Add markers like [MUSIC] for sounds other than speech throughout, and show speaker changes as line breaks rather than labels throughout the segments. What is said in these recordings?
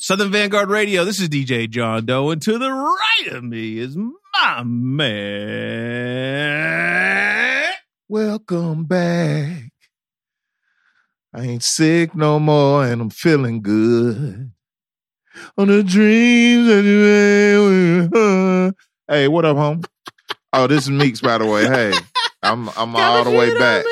Southern Vanguard Radio. This is DJ John Doe, and to the right of me is my man.
Welcome back. I ain't sick no more and I'm feeling good. On the dreams that you had when you- Hey, what up, home? Oh, this is Meeks, by the way. Hey, I'm I'm all the way back.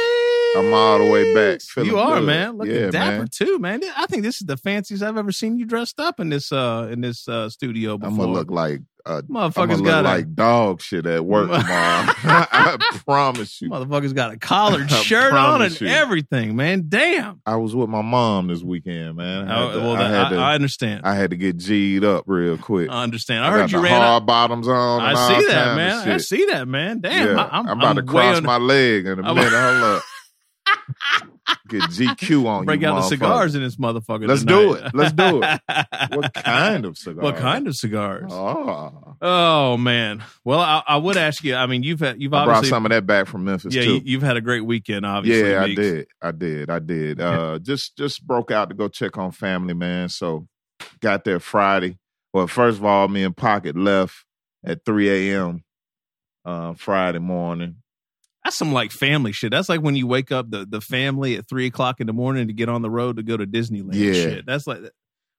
I'm all the way back. Feeling
you are,
good.
man. Looking
Yeah,
dapper
man.
too, man. I think this is the fanciest I've ever seen you dressed up in this uh in this uh studio
I'm
before.
gonna look like uh, I'm gonna
Motherfuckers
look
got a
like dog shit at work tomorrow. [LAUGHS] I promise you.
motherfuckers got
[LAUGHS]
a collared
I
shirt on and
promise you.
everything, man. Damn.
I was with my mom this weekend, man. I had
Oh,
to,
well,
I had
I,
to,
I understand. I,
I had to get G'd up real quick.
understand. I,
I
heard
got
you
the
ran.
hard
Out.
bottoms on.
I
and all
see
kinds
that,
of
man. I
shit.
see that, man. Damn.
Yeah,
I, am
about to cross
on,
my leg in a
I'm- [LAUGHS]
minute. Hold up. Get GQ on
break
Oh, you,
out the
motherfucker.
cigars in this motherfucker.
Let's
tonight.
do it. Let's do it.
[LAUGHS]
What kind of cigar?
What kind of cigars? Oh,
Oh,
man. Well, I, I would ask you. I mean, you've had, you've
I brought
obviously
some of that back from Memphis
yeah,
too.
you, you've had a great weekend. Obviously,
yeah, I
Meeks.
did. I did. I did. Uh, just just broke out to go check on family, man. So got there Friday. Well, first of all, me and Pocket left at 3 a.m. Uh, Friday morning.
That's some like family shit. That's like when you wake up the, the family at three o'clock in the morning to get on the road to go to Disneyland.
Yeah.
shit. that's like,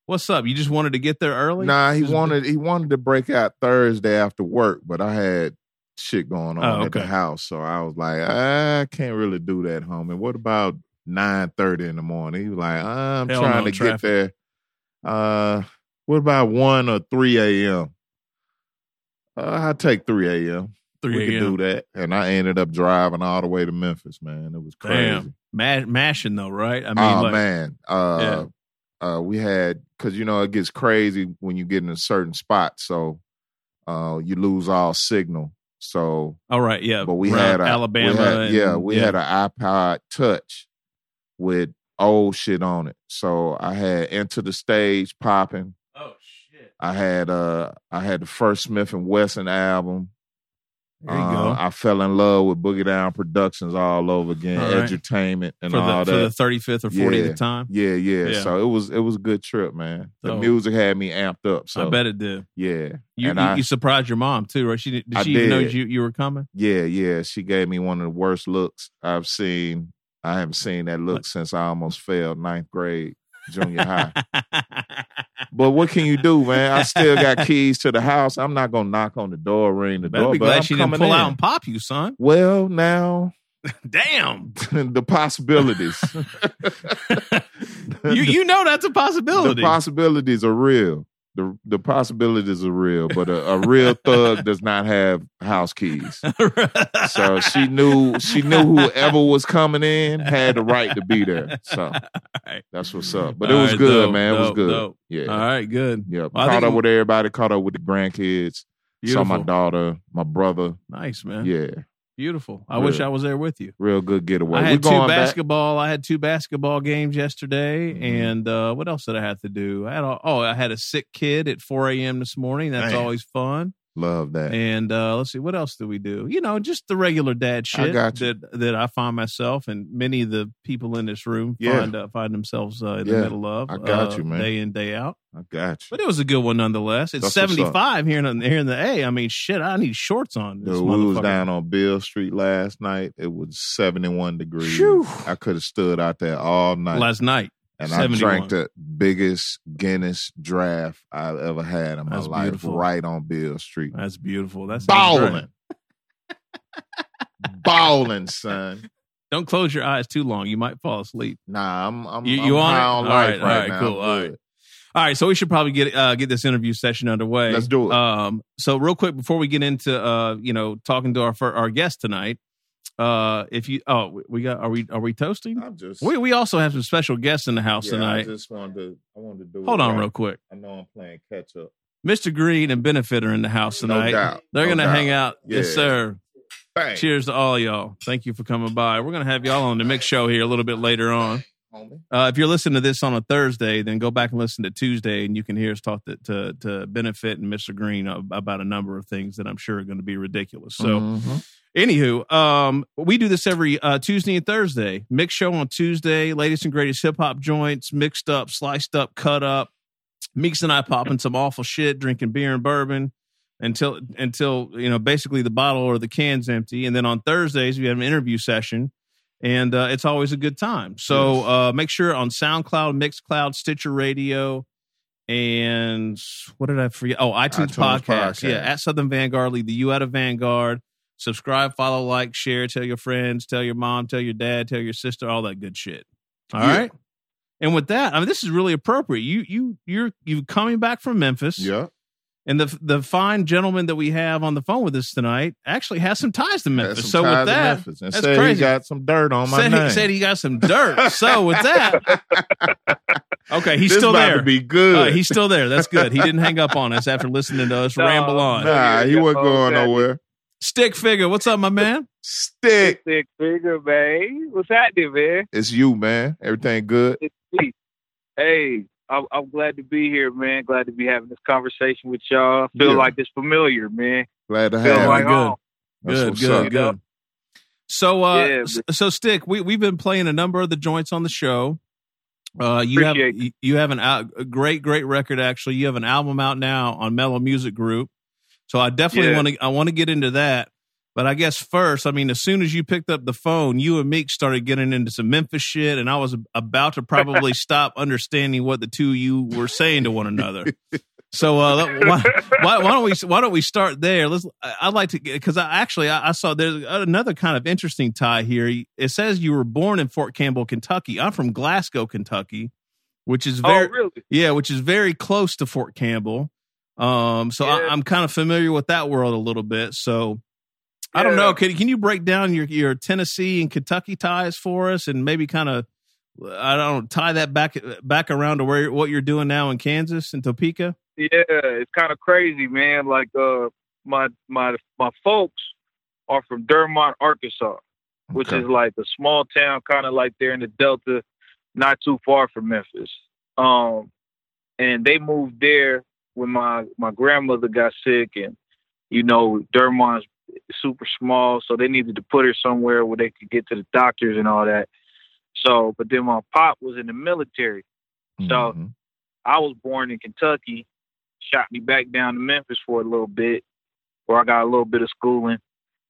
what's up? You just wanted to get there early.
Nah, he
Just-
wanted he wanted to break out Thursday after work, but I had shit going on
Oh,
at the
okay.
house, so I was like, I can't really do that, homie. What about nine thirty in the morning? He was like, I'm
Hell
trying
no,
to
traffic.
get there. Uh, what about one or three a.m. Uh, I take three a.m. We
three
could
a.m.
do that, and I ended up driving all the way to Memphis. Man, it was crazy.
Damn. Ma- mashing though, right? I mean,
oh
like,
man, uh, uh, we had because you know it gets crazy when you get in a certain spot, so uh, you lose all signal. So,
all right, yeah.
but we
around
had a, we
Alabama.
had-
and-
yeah, we had an iPod Touch with old shit on it. So I had Enter the Stage popping.
Oh shit!
I had uh, I had the first Smith and Wesson album.
There you
Uh, I fell in love with Boogie Down Productions all over again,
All right.
entertainment
go
and
for
all
the
that.
for the thirty fifth or fortieth
Yeah.
time.
Yeah, yeah,
Yeah.
So it was it was a good trip, man. The
So-
music had me amped up. So
I bet it did.
yeah,
You,
And
you,
I-
you surprised your mom too, right? She did, did
I
she even know
did.
you you were coming? [LAUGHS]
yeah, yeah. She gave me one of the worst looks I've seen. I haven't seen that look since I almost failed ninth grade, junior high. But what can you do, man? I
[LAUGHS]
still got keys to the house. I'm not gonna knock on the door, ring the
Better
door.
be
but I'm
glad she didn't
coming
pull
in.
out and pop you, son.
Well, now [LAUGHS]
Damn.
the
[LAUGHS]
possibilities,
you you know that's a possibility.
the possibilities are real. The the possibilities are real, but a, a real thug does not have house keys.
[LAUGHS]
So she knew she knew whoever was coming in had the right to be there.
[LAUGHS]
So
right.
that's what's up. But it
All
was
right,
good,
dope,
man. It was
dope,
good.
dope.
Yeah.
All right, good.
Yeah.
Well, I
caught
think-
up with everybody, caught up with the grandkids.
Beautiful.
Saw my daughter, my brother.
Nice, man.
Yeah.
Beautiful. I
Really.
wish I was there with you.
Real good getaway.
I
We're
had two
going back.
basketball. I had two basketball games yesterday,
Mhm.
and uh, what else did I have to do? I had a, oh, I had a sick kid at 4 a.m. this morning. That's
Man.
always fun.
Love that.
And uh, let's see, what else do we do? You know, just the regular dad shit
got you.
that that I find myself and many of the people in this room
Yeah.
find uh, find themselves uh, in the
Yeah.
middle of.
I got
uh,
you, man.
Day in day out.
I got you.
But it was a good one nonetheless. It's
That's what's up.
seventy five here in here in the A. I mean, shit, I need shorts on. This
Dude, we was
motherfucker.
down on Bill Street last night. It was 71 degrees.
Phew.
I could have stood out there all night.
last night.
and I
71.
drank the biggest Guinness draft I've ever had in my
That's
life
beautiful.
right on Bill Street.
That's beautiful. That's
Balling. Balling, son.
Don't close your eyes too long. You might fall asleep.
Nah, I'm I'm,
You-
I'm
you on
high
it?
on
All
life
right,
right,
all right,
now.
cool,
I'm
all
good.
All right, so we should probably get uh, get this interview session underway.
Let's do it.
Um, so real quick before we get into uh, you know talking to our for our guest tonight, uh, if you oh we- we got are we are we toasting?
I'm just
We we also have some special guests in the
Uh, yeah,
house
I
tonight.
just wanted to I wanted to do
Hold
it
on
right.
real quick.
I know I'm playing catch up.
Mr. Green and Benefit are in the house
No
tonight.
doubt.
They're
No
gonna
doubt.
hang out. Yes,
Yeah.
sir.
Bang.
Cheers to all y'all. Thank you for coming by. We're going to have y'all on the mix show here a little bit later on.
homie.
Uh, if you're listening to this on a Thursday, then go back and listen to Tuesday, and you can hear us talk to, to, to Benefit and Mr. Green ab- about a number of things that I'm sure are going to be ridiculous. So,
Mhm.
Anywho, um, we do this every uh, Tuesday and Thursday. Mix show on Tuesday, latest and greatest hip hop joints, mixed up, sliced up, cut up, Meeks and I popping some awful shit, drinking beer and bourbon until until you know basically the bottle or the can's empty. And then on Thursdays we have an interview session, and uh, it's always a good time. So uh, make sure on SoundCloud, Mixcloud, Stitcher Radio, and what did I forget? Oh, iTunes,
iTunes
podcast.
Podcast.
Yeah, at Southern Vanguard, leave the U out of Vanguard. Subscribe, follow, like, share, tell your friends, tell your mom, tell your dad, tell your sister, all that good shit. All right.
Yeah.
And with that, I mean, this is really appropriate. You you you're you coming back from Memphis,
Yeah.
and the the fine gentleman that we have on the phone with us tonight actually has some ties to
Had
Memphis.
some
so
ties in
with that,
Memphis and
that's
said
crazy.
he got some dirt on my
said
name.
he, said he got some dirt. so
[LAUGHS]
with that, okay, he's
This
still
about
there.
To be good.
Uh, he's still there. That's good. He didn't hang up on us after listening to us
[LAUGHS]
No,
ramble on.
no.
nah, he
oh,
wasn't going nowhere.
Stick figure, what's up, my man?
Stick.
Six figure, babe. What's happening, man?
It's you, man. Everything good.
It's me. Hey, I'm, I'm glad to be here, man. Glad to be having this conversation with y'all. Feel
Yeah.
like it's familiar, man.
Glad to
Feel
have
like
you.
good.
home.
That's
Good,
what's
good,
up.
good. So, uh,
Yeah,
s- so stick. We we've been playing a number of the joints on the show. Uh, you have
Appreciate
you- you have an al- a great great record actually. You have an album out now on Mellow Music Group. So I definitely
Yeah.
want to I want to get into that. But I guess first, I mean, as soon as you picked up the phone, you and Meek started getting into some Memphis shit, and I was about to
[LAUGHS]
probably stop understanding what the two of you were saying to one another. So uh,
[LAUGHS]
let- why, why, why don't we why don't we start there? Let's. I- I'd like to because I actually I, I saw there's another kind of interesting tie here. It says you were born in Fort Campbell, Kentucky. I'm from Glasgow, Kentucky, which is
Oh,
very
really?
yeah, which is very close to Fort Campbell. Um, so I,
Yeah.
I'm kind of familiar with that world a little bit. So I don't know.
Yeah.
Can can you break down your your Tennessee and Kentucky ties for us, and maybe kind of I don't tie that back back around to where what you're doing now in Kansas and Topeka.
Yeah, it's kind of crazy, man. Like, uh, my my my folks are from Dermont, Arkansas, which
Okay.
is like a small town, kind of like there in the Delta, not too far from Memphis. Um, and they moved there when my my grandmother got sick, and you know Dermont's super small, so they needed to put her somewhere where they could get to the doctors and all that. So, but then my pop was in the military. So-
Mhm.
I was born in Kentucky, shot me back down to Memphis for a little bit, where I got a little bit of schooling.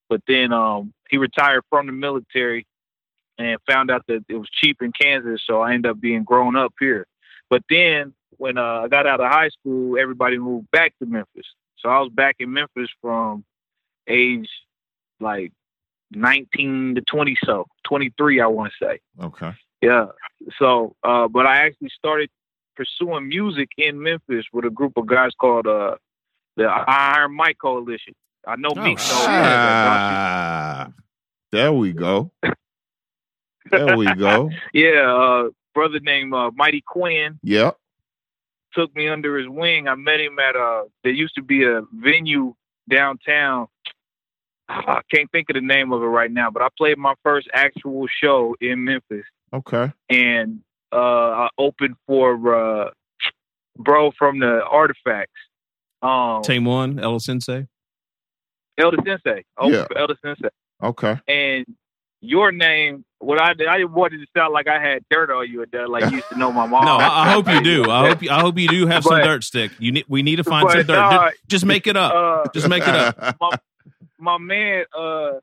But then um, he retired from the military and found out that it was cheap in Kansas, so I ended up being grown up here. But then when uh, I got out of high school, everybody moved back to Memphis. So I was back in Memphis from age like 19 to 20, so 23, I want to say.
okay.
Yeah. So, uh, but I actually started pursuing music in Memphis with a group of guys called uh, the Iron Mike Coalition. I know
Oh,
Meek knows.
shit.
that.
Ah, there we go. There we go.
Yeah. Uh, brother named uh, Mighty Quinn
Yep.
took me under his wing. I met him at uh, there used to be a venue downtown. Ah, I can't think of the name of it right now, but I played my first actual show in Memphis.
Okay.
and uh, I opened for uh, bro from the Artifacts, um,
Team one, Ella Sensei.
Elder Sensei. Opened
Yeah.
for Elder Sensei.
Okay.
And your name, what I I didn't want it to sound like I had dirt on you, and that, like you used to know my mom.
[LAUGHS] No, I, I hope
[LAUGHS]
you do. I hope you, I hope you do have some
But-
dirt stick. You need we need to find some
But, uh,
dirt. Ju-
nah,
just, make it up.
uh,
Just make it
[LAUGHS]
up.
my man, uh,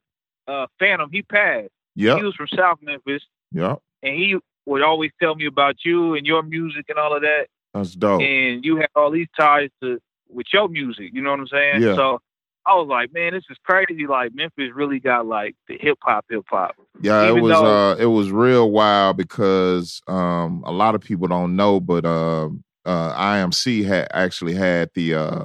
uh, Phantom, he passed.
yep.
He was from South Memphis,
Yep.
and he would always tell me about you and your music and all of that.
That's dope.
and you had all these ties to with your music. You know what I'm saying?
Yeah.
So I was like, man, this is crazy. Like Memphis really got like the hip hop, hip hop.
Yeah, it
even
was
though-
uh it was real wild because um a lot of people don't know, but uh, uh IMC had actually had the uh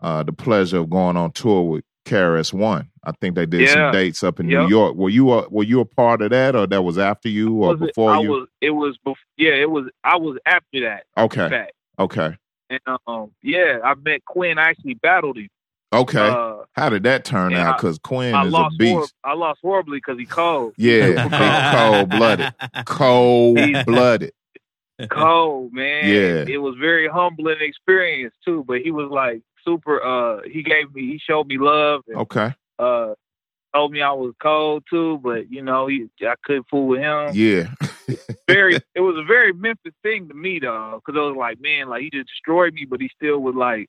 uh the pleasure of going on tour with KRS One. I think they did some
Yeah.
dates up in New
Yep.
York. Were you a, were you a part of that or that was after you or
Was it-
before
I
you?
was, it was, bef- yeah, it was. I was after that
okay.
fact,
Okay.
and um, yeah, I met Quinn. I actually battled him.
Okay.
Uh,
How did that turn
yeah,
out? Because Quinn
I
is a
lost. Hor-
beast.
I lost horribly because
[LAUGHS]
he called.
Yeah, cold
[LAUGHS]
blooded, cold blooded.
cold, man.
Yeah.
It was very humbling experience too. But he was like super. Uh, he gave me. He showed me love. And,
Okay.
uh told me I was cold too, but you know, he, I couldn't fool with him.
Yeah. [LAUGHS]
very it was a very Memphis thing to me though, because I was like, man, like he just destroyed me, but he still was like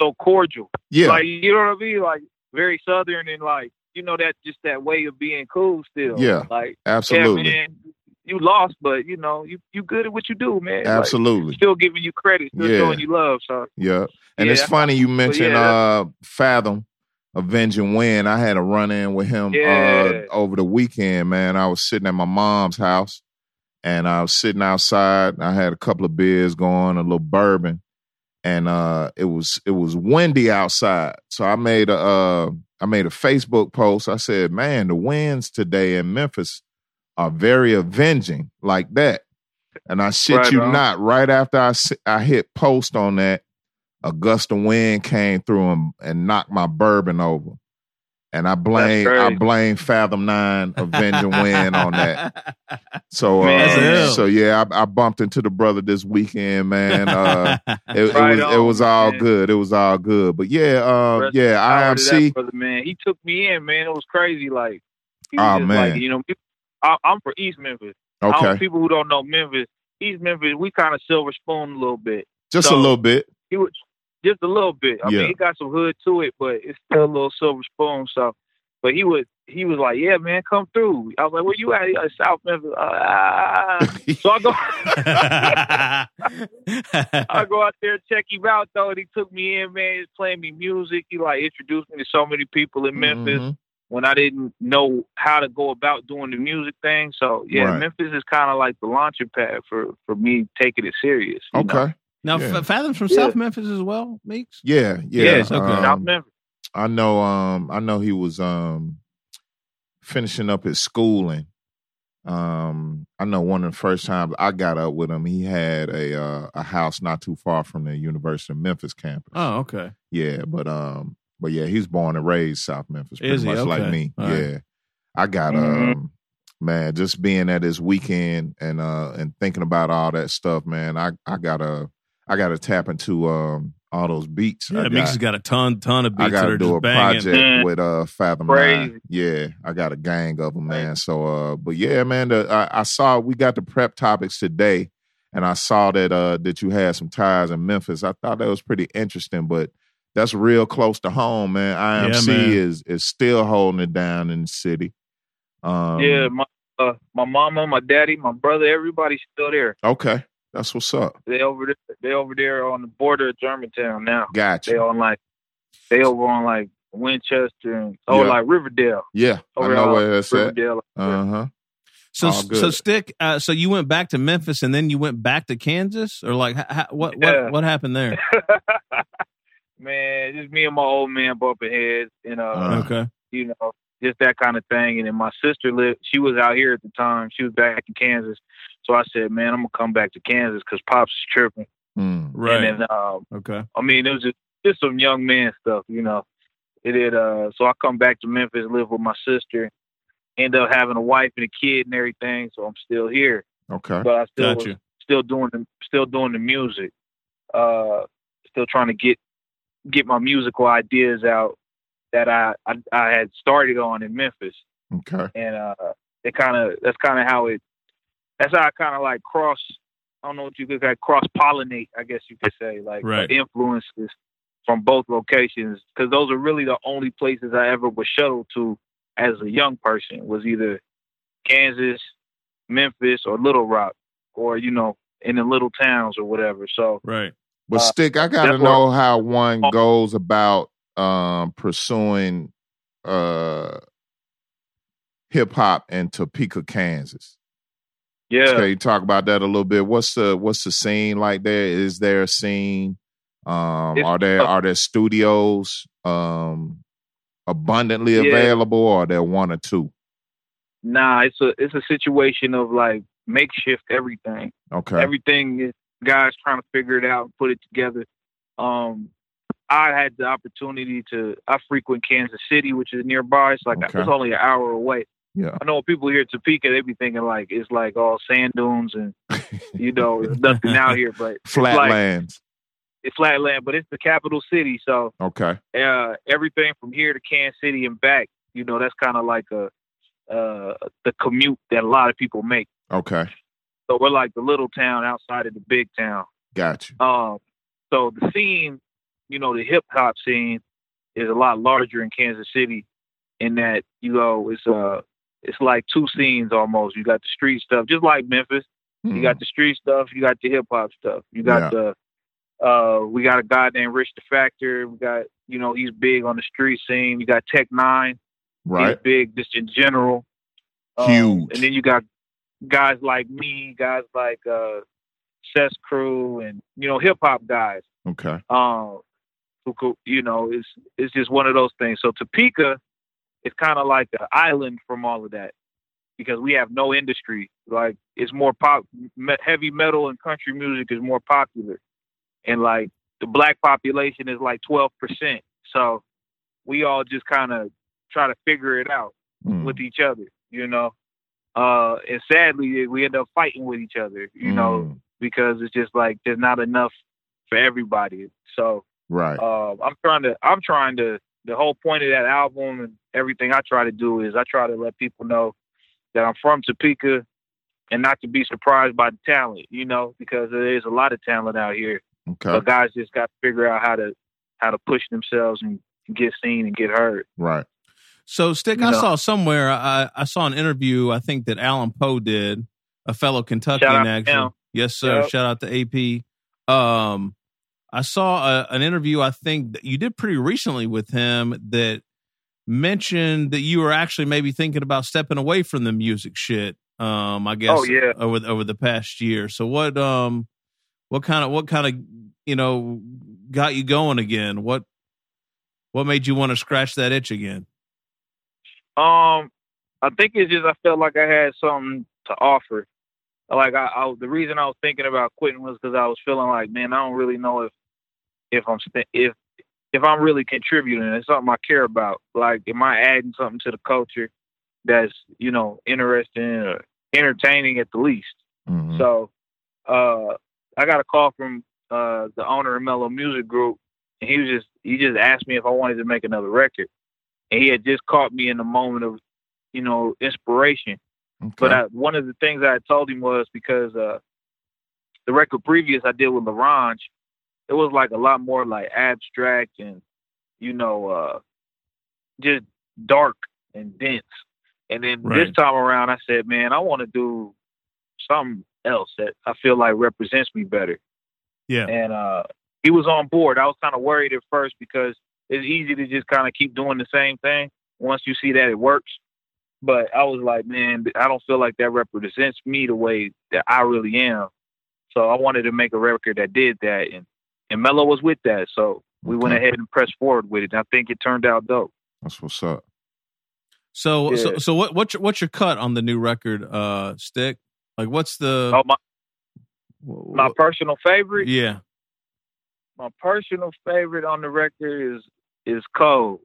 so cordial.
Yeah.
Like you know what I mean? Like very southern and like you know that just that way of being cool still.
Yeah.
Like
absolutely.
yeah, man, you lost, but you know you you good at what you do, man. Like,
absolutely.
still giving you credit, still
Yeah.
showing you love. So
yeah. And it's
Yeah.
funny you mentioned
yeah,
uh Fathom Avenging Win. I had a run in with him
Yeah.
uh over the weekend, man. I was sitting at my mom's house and I was sitting outside. I had a couple of beers going, a little bourbon. And uh it was it was windy outside. So I made a uh I made a Facebook post. I said, "Man, the winds today in Memphis are very avenging like that." And I shit
Right
you
on.
not, right after I s- I hit post on that, a gust of wind came through and, and knocked my bourbon over. And I blame
crazy.
I blame Fathom Nine Avenging Wind on that.
[LAUGHS]
So
Man.
uh,
That's ill.
so yeah, I, I bumped into the brother this weekend, man.
[LAUGHS]
Uh, it, it
Right
was it
on,
was all
man.
good. It was all good. But yeah, uh,
Rest
yeah,
Shout out to that
IMC.
brother, man. He took me in, man. It was crazy. Like, he
Aw,
was just
Oh, man.
like, you know, I, I'm from East Memphis. I don't,
Okay,
people who don't know Memphis, East Memphis, we kind of silver spoon a little bit.
just a
so-
little bit. [LAUGHS]
He was just a little bit. I
Yeah.
mean, it got some hood to it, but it's still a little silver spoon. So, but he was he was like, yeah, man, come through. I was like, where you at? He like, South Memphis. Uh, [LAUGHS] so I go. I go out there and check him out though, and he took me in, man. He's playing me music. He like introduced me to so many people in Memphis
Mhm.
when I didn't know how to go about doing the music thing. So yeah,
Right.
Memphis is kind of like the launching pad for for me taking it serious. you know?
Okay,
[LAUGHS] now,
Yeah.
F- Fathom's from
Yeah.
South Memphis as well, Meeks?
yeah, yeah.
Yes, okay.
Um,
South Memphis.
I know. Um, I know he was um finishing up his schooling. Um, I know one of the first times I got up with him, he had a uh, a house not too far from the University of Memphis campus.
Oh, okay.
Yeah, but um, but yeah, he's born and raised South Memphis, pretty
Is he?
much like
Okay.
me.
All right. Mm-hmm.
yeah, I got
Mhm.
um, man, just being at this weekend and uh and thinking about all that stuff, man. I I gotta I gotta tap into um all those beats. I
Yeah,
got.
Meeks has got a ton, ton of
I
beats that
gotta
are
do
just
a
banging.
project
Mm.
with uh Fathom
Crazy.
Nine. Yeah, I got a gang of them, man.
Crazy.
So uh, but yeah, man, the, I, I saw we got the prep topics today, and I saw that uh that you had some ties in Memphis. I thought that was pretty interesting, but that's real close to home, man. IMC
man.
is is still holding it down in the city. Um,
yeah, my uh, my mama, my daddy, my brother, everybody's still there.
Okay, that's what's up.
They over there. They over there on the border of Germantown now. They
Gotcha.
on like they over on like Winchester and oh
Yeah.
like Riverdale.
Yeah, I
Over
know
on
where that's at.
Riverdale.
Uh huh.
So,
All
so
good.
stick. Uh, so you went back to Memphis, and then you went back to Kansas, or like, ha- ha- what,
Yeah.
what, what happened there?
man, just me and my old man bumping heads and uh,
Uh-huh.
Okay,
you know, just that kind of thing. And then my sister lived; she was out here at the time. She was back in Kansas, so I said, "Man, I'm gonna come back to Kansas because pops is tripping."
Mm.
right.
And then, um,
okay,
I mean, it was just just some young man stuff, you know. It did. Uh, so I come back to Memphis, live with my sister, end up having a wife and a kid and everything. So I'm still here,
Okay.
but I still
got
was
you.
still doing the still doing the music. Uh, still trying to get get my musical ideas out that I I, I had started on in Memphis,
Okay.
and uh, it kind of that's kind of how it that's how I kind of like cross. I don't know what you could like cross pollinate. I guess you could say like
Right.
influences from both locations because those are really the only places I ever was shuttled to as a young person was either Kansas, Memphis, or Little Rock, or you know in the little towns or whatever. So
Right.
But
Uh, Oh.
stick, I gotta
that's what-
know how one goes about um, pursuing uh, hip hop in Topeka, Kansas.
yeah,
Can you talk about that a little bit? What's the what's the scene like there? Is there a scene? Um,
It's
are there
tough.
are there studios um, abundantly
Yeah.
available, or are there one or two?
nah, it's a it's a situation of like makeshift everything.
Okay,
Everything is guys trying to figure it out and put it together. Um, I had the opportunity to I frequent Kansas City, which is nearby. It's like
Okay.
it's only an hour away.
yeah,
I know people here at Topeka, they be thinking like it's like all sand
[LAUGHS]
dunes and you know it's nothing out here, but
flatlands.
it's flatland. But it's the capital city, so
okay,
uh, everything from here to Kansas City and back. You know, that's kind of like a uh, the commute that a lot of people make.
okay,
So we're like the little town outside of the big town.
Got you.
Um, so the scene, you know, the hip hop scene is a lot larger in Kansas City, in that you know it's uh it's like two scenes almost. You got the street stuff, just like Memphis. You
Mm. Mm-hmm.
got the street stuff. You got the hip hop stuff. You got the uh, we got a guy named Rich the Factor. We got you know he's big on the street scene. You got Tech Nine. He's
right.
big just in general.
Huge.
um, And then you got guys like me, guys like uh Cess Crew and you know, hip hop guys.
Okay.
Um who could you know, it's it's just one of those things. So Topeka is kinda like an island from all of that. Because we have no industry. Like it's more pop me- heavy metal and country music is more popular. And like the black population is like twelve percent. So we all just kinda try to figure it out
Mm.
with each other, you know. Uh, and sadly, we end up fighting with each other, you know,
Mm.
because it's just like there's not enough for everybody. So
Right.
uh, I'm trying to, I'm trying to. The whole point of that album and everything I try to do is I try to let people know that I'm from Topeka and not to be surprised by the talent, you know, because there is a lot of talent out here.
okay.
But guys just got to figure out how to how to push themselves and get seen and get heard.
Right.
So, Stick, I
No.
saw somewhere, I, I saw an interview, I think that Alan Poe did, a fellow Kentuckian,
Shout out to
actually.
him.
Yes, sir.
Yep.
Shout out to AP. Um, I saw a, an interview, I think, that you did pretty recently with him that mentioned that you were actually maybe thinking about stepping away from the music shit. Um, I guess
Oh, yeah.
over the- over the past year. So what um what kind of what kind of you know got you going again? What what made you want to scratch that itch again?
Um, I think it's just I felt like I had something to offer. Like I, I the reason I was thinking about quitting was because I was feeling like, man, I don't really know if if I'm st- if if I'm really contributing. It's something I care about. Like, am I adding something to the culture that's you know interesting or entertaining at the least?
Mhm.
So uh, I got a call from uh, the owner of Mellow Music Group, and he was just he just asked me if I wanted to make another record, and he had just caught me in the moment of you know inspiration.
okay.
But I, one of the things I had told him was because uh, the record previous I did with LaRange, it was like a lot more like abstract and you know uh, just dark and dense. And then
Right.
this time around, I said, man, I want to do something else that I feel like represents me better.
Yeah.
[LAUGHS] And uh, he was on board. I was kind of worried at first because it's easy to just kind of keep doing the same thing once you see that it works. But I was like, man, I don't feel like that represents me the way that I really am. So I wanted to make a record that did that, and and Mello was with that. So we went
Okay.
ahead and pressed forward with it. And I think it turned out dope.
That's what's up.
So so
Yeah.
so what what's your, what's your cut on the new record uh stick? Like what's the
Oh, my,
wh-
my personal favorite,
Uh, Yeah.
my personal favorite on the record is is Cold.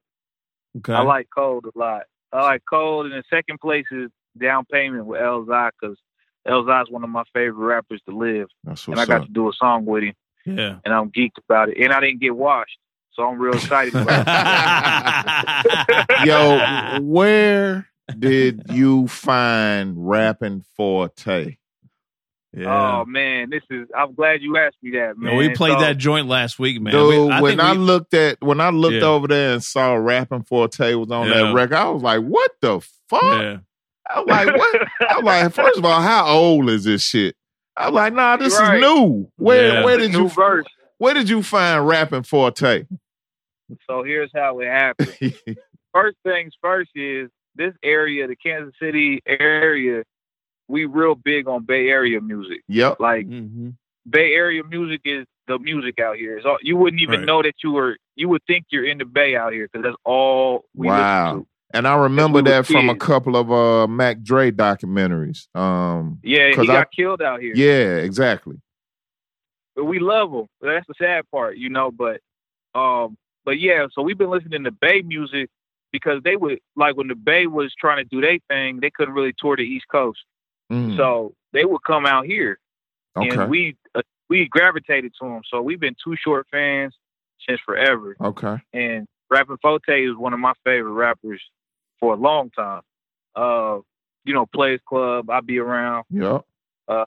Okay.
I like Cold a lot. I like Cold, and in second place is Down Payment with Elzai because Elzai is one of my favorite rappers to live,
That's
and I
what's
got
up.
to do a song with him.
yeah.
and I'm geeked about it. And I didn't get washed, so I'm real
[LAUGHS]
excited about it.
Yo, where did
[LAUGHS]
you find rapping forte?
yeah.
[LAUGHS] Oh man, this is. I'm glad you asked me that, man.
No, we played
So, [LAUGHS]
that [LAUGHS] joint last week, man.
Dude,
We- I
when
think
I
we-
looked at when I looked
Yeah.
over there and saw rapping forte was on
Yeah.
that record, I was like, "What the
[LAUGHS]
fuck?"
yeah.
I was like,
[LAUGHS]
"What?" I was like, first of all, how old is this shit?" I was like, "Nah, this is
Right.
new. Where
Yeah.
where
The
did
new
you
verse?
where did you find rapping forte?" [LAUGHS]
So here's how it happened. First things first is this area, the Kansas City area. We real big on Bay Area music.
yep.
[LAUGHS] Like
Mhm.
Bay Area music is the music out here. It's all, you wouldn't even
Right.
know that you were. You would think you're in the Bay out here because that's all we
Wow.
listen to.
And I remember
we were
that from a
kids.
couple of uh Mac Dre documentaries. Um
Yeah, he
'Cause I-
got killed out here.
yeah, exactly.
but we love them. That's the sad part, you know. But, um, but yeah. So we've been listening to Bay music because they would like when the Bay was trying to do their thing, they couldn't really tour the East Coast,
Mm,
so they would come out here,
okay.
and we uh, we gravitated to them. So we've been two short fans since forever,
okay.
and Rapping Forte is one of my favorite rappers for a long time. Uh, you know, Players Club, I be around
Yep.
uh,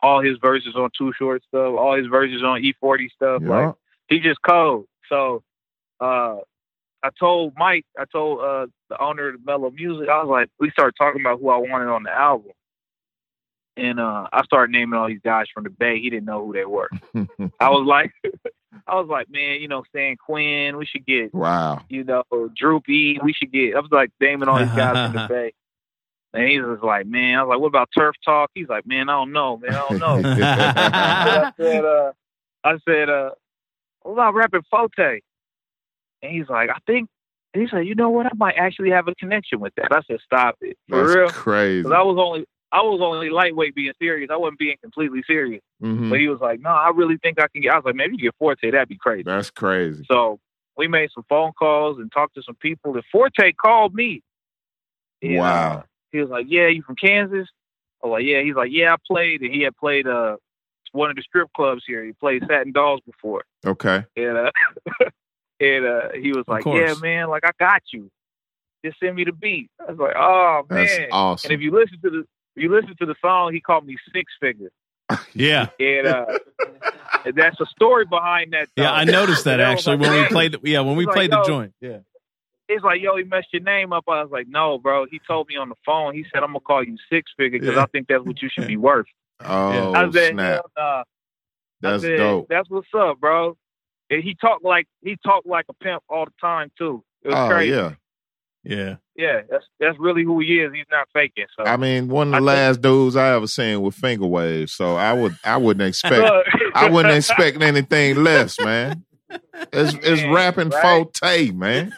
all his verses on Two Short stuff, all his verses on E40 stuff. Like
Yeah.
he just cold. So uh I told Mike, I told uh the owner of Mellow Music, I was like, we started talking about who I wanted on the album. And uh I started naming all these guys from the Bay. He didn't know who they were. I was like [LAUGHS] I was like, man, you know, San Quinn, we should get,
[LAUGHS] wow.
you know, Droopy, we should get I was like naming all these
[LAUGHS]
guys from the Bay. And he was like, man, I was like, what about Turf Talk? He's like, man, I don't know, man, I
[LAUGHS]
don't know. [LAUGHS] I said, uh, I said, uh, what about rapping Forte? And he's like, I think. And he said, you know what? I might actually have a connection with that. I said, stop it, [LAUGHS] for
That's
real.
crazy.
Because I was only, I was only lightweight being serious. I wasn't being completely serious.
Mhm.
But he was like, no, I really think I can get. I was like, maybe you get Forte. That'd be crazy.
That's crazy.
So we made some phone calls and talked to some people. And Forte called me. And,
Wow.
uh, he was like, "Yeah, you from Kansas?" I was like, "Yeah." He's like, "Yeah, I played." And he had played uh one of the strip clubs here. He played Satin Dolls before,
Okay.
and uh, [LAUGHS] and uh, he was like, "Yeah,
course.
man, like I got you. Just send me the beat." I was like, "Oh man!"
That's awesome.
And if you listen to the if you listen to the song, he called me Six Figure,
Yeah.
and uh,
[LAUGHS]
and that's the story behind [LAUGHS] that.
Yeah,
song.
I noticed that
And I was
actually
like,
when we
"Man."
played. Yeah, when we
He's like,
played the
"Yo."
joint. Yeah.
He's like, yo, he messed your name up. I was like, no, bro. He told me on the phone. He said, I'm gonna call you six figure because
Yeah.
I think that's what you should be worth.
[LAUGHS] oh
I said,
snap!
hell nah.
That's
I said,
dope.
That's what's up, bro. And he talked like he talked like a pimp all the time too. It was
Oh
crazy. Yeah.
yeah.
Yeah.
that's that's really who he is. He's not faking. So [LAUGHS]
I mean, one of the
I think-
last dudes I ever seen with finger waves. So I would, I wouldn't expect,
Look.
[LAUGHS] I wouldn't expect anything less, man. It's it's
Man,
rapping
right?
forte, man.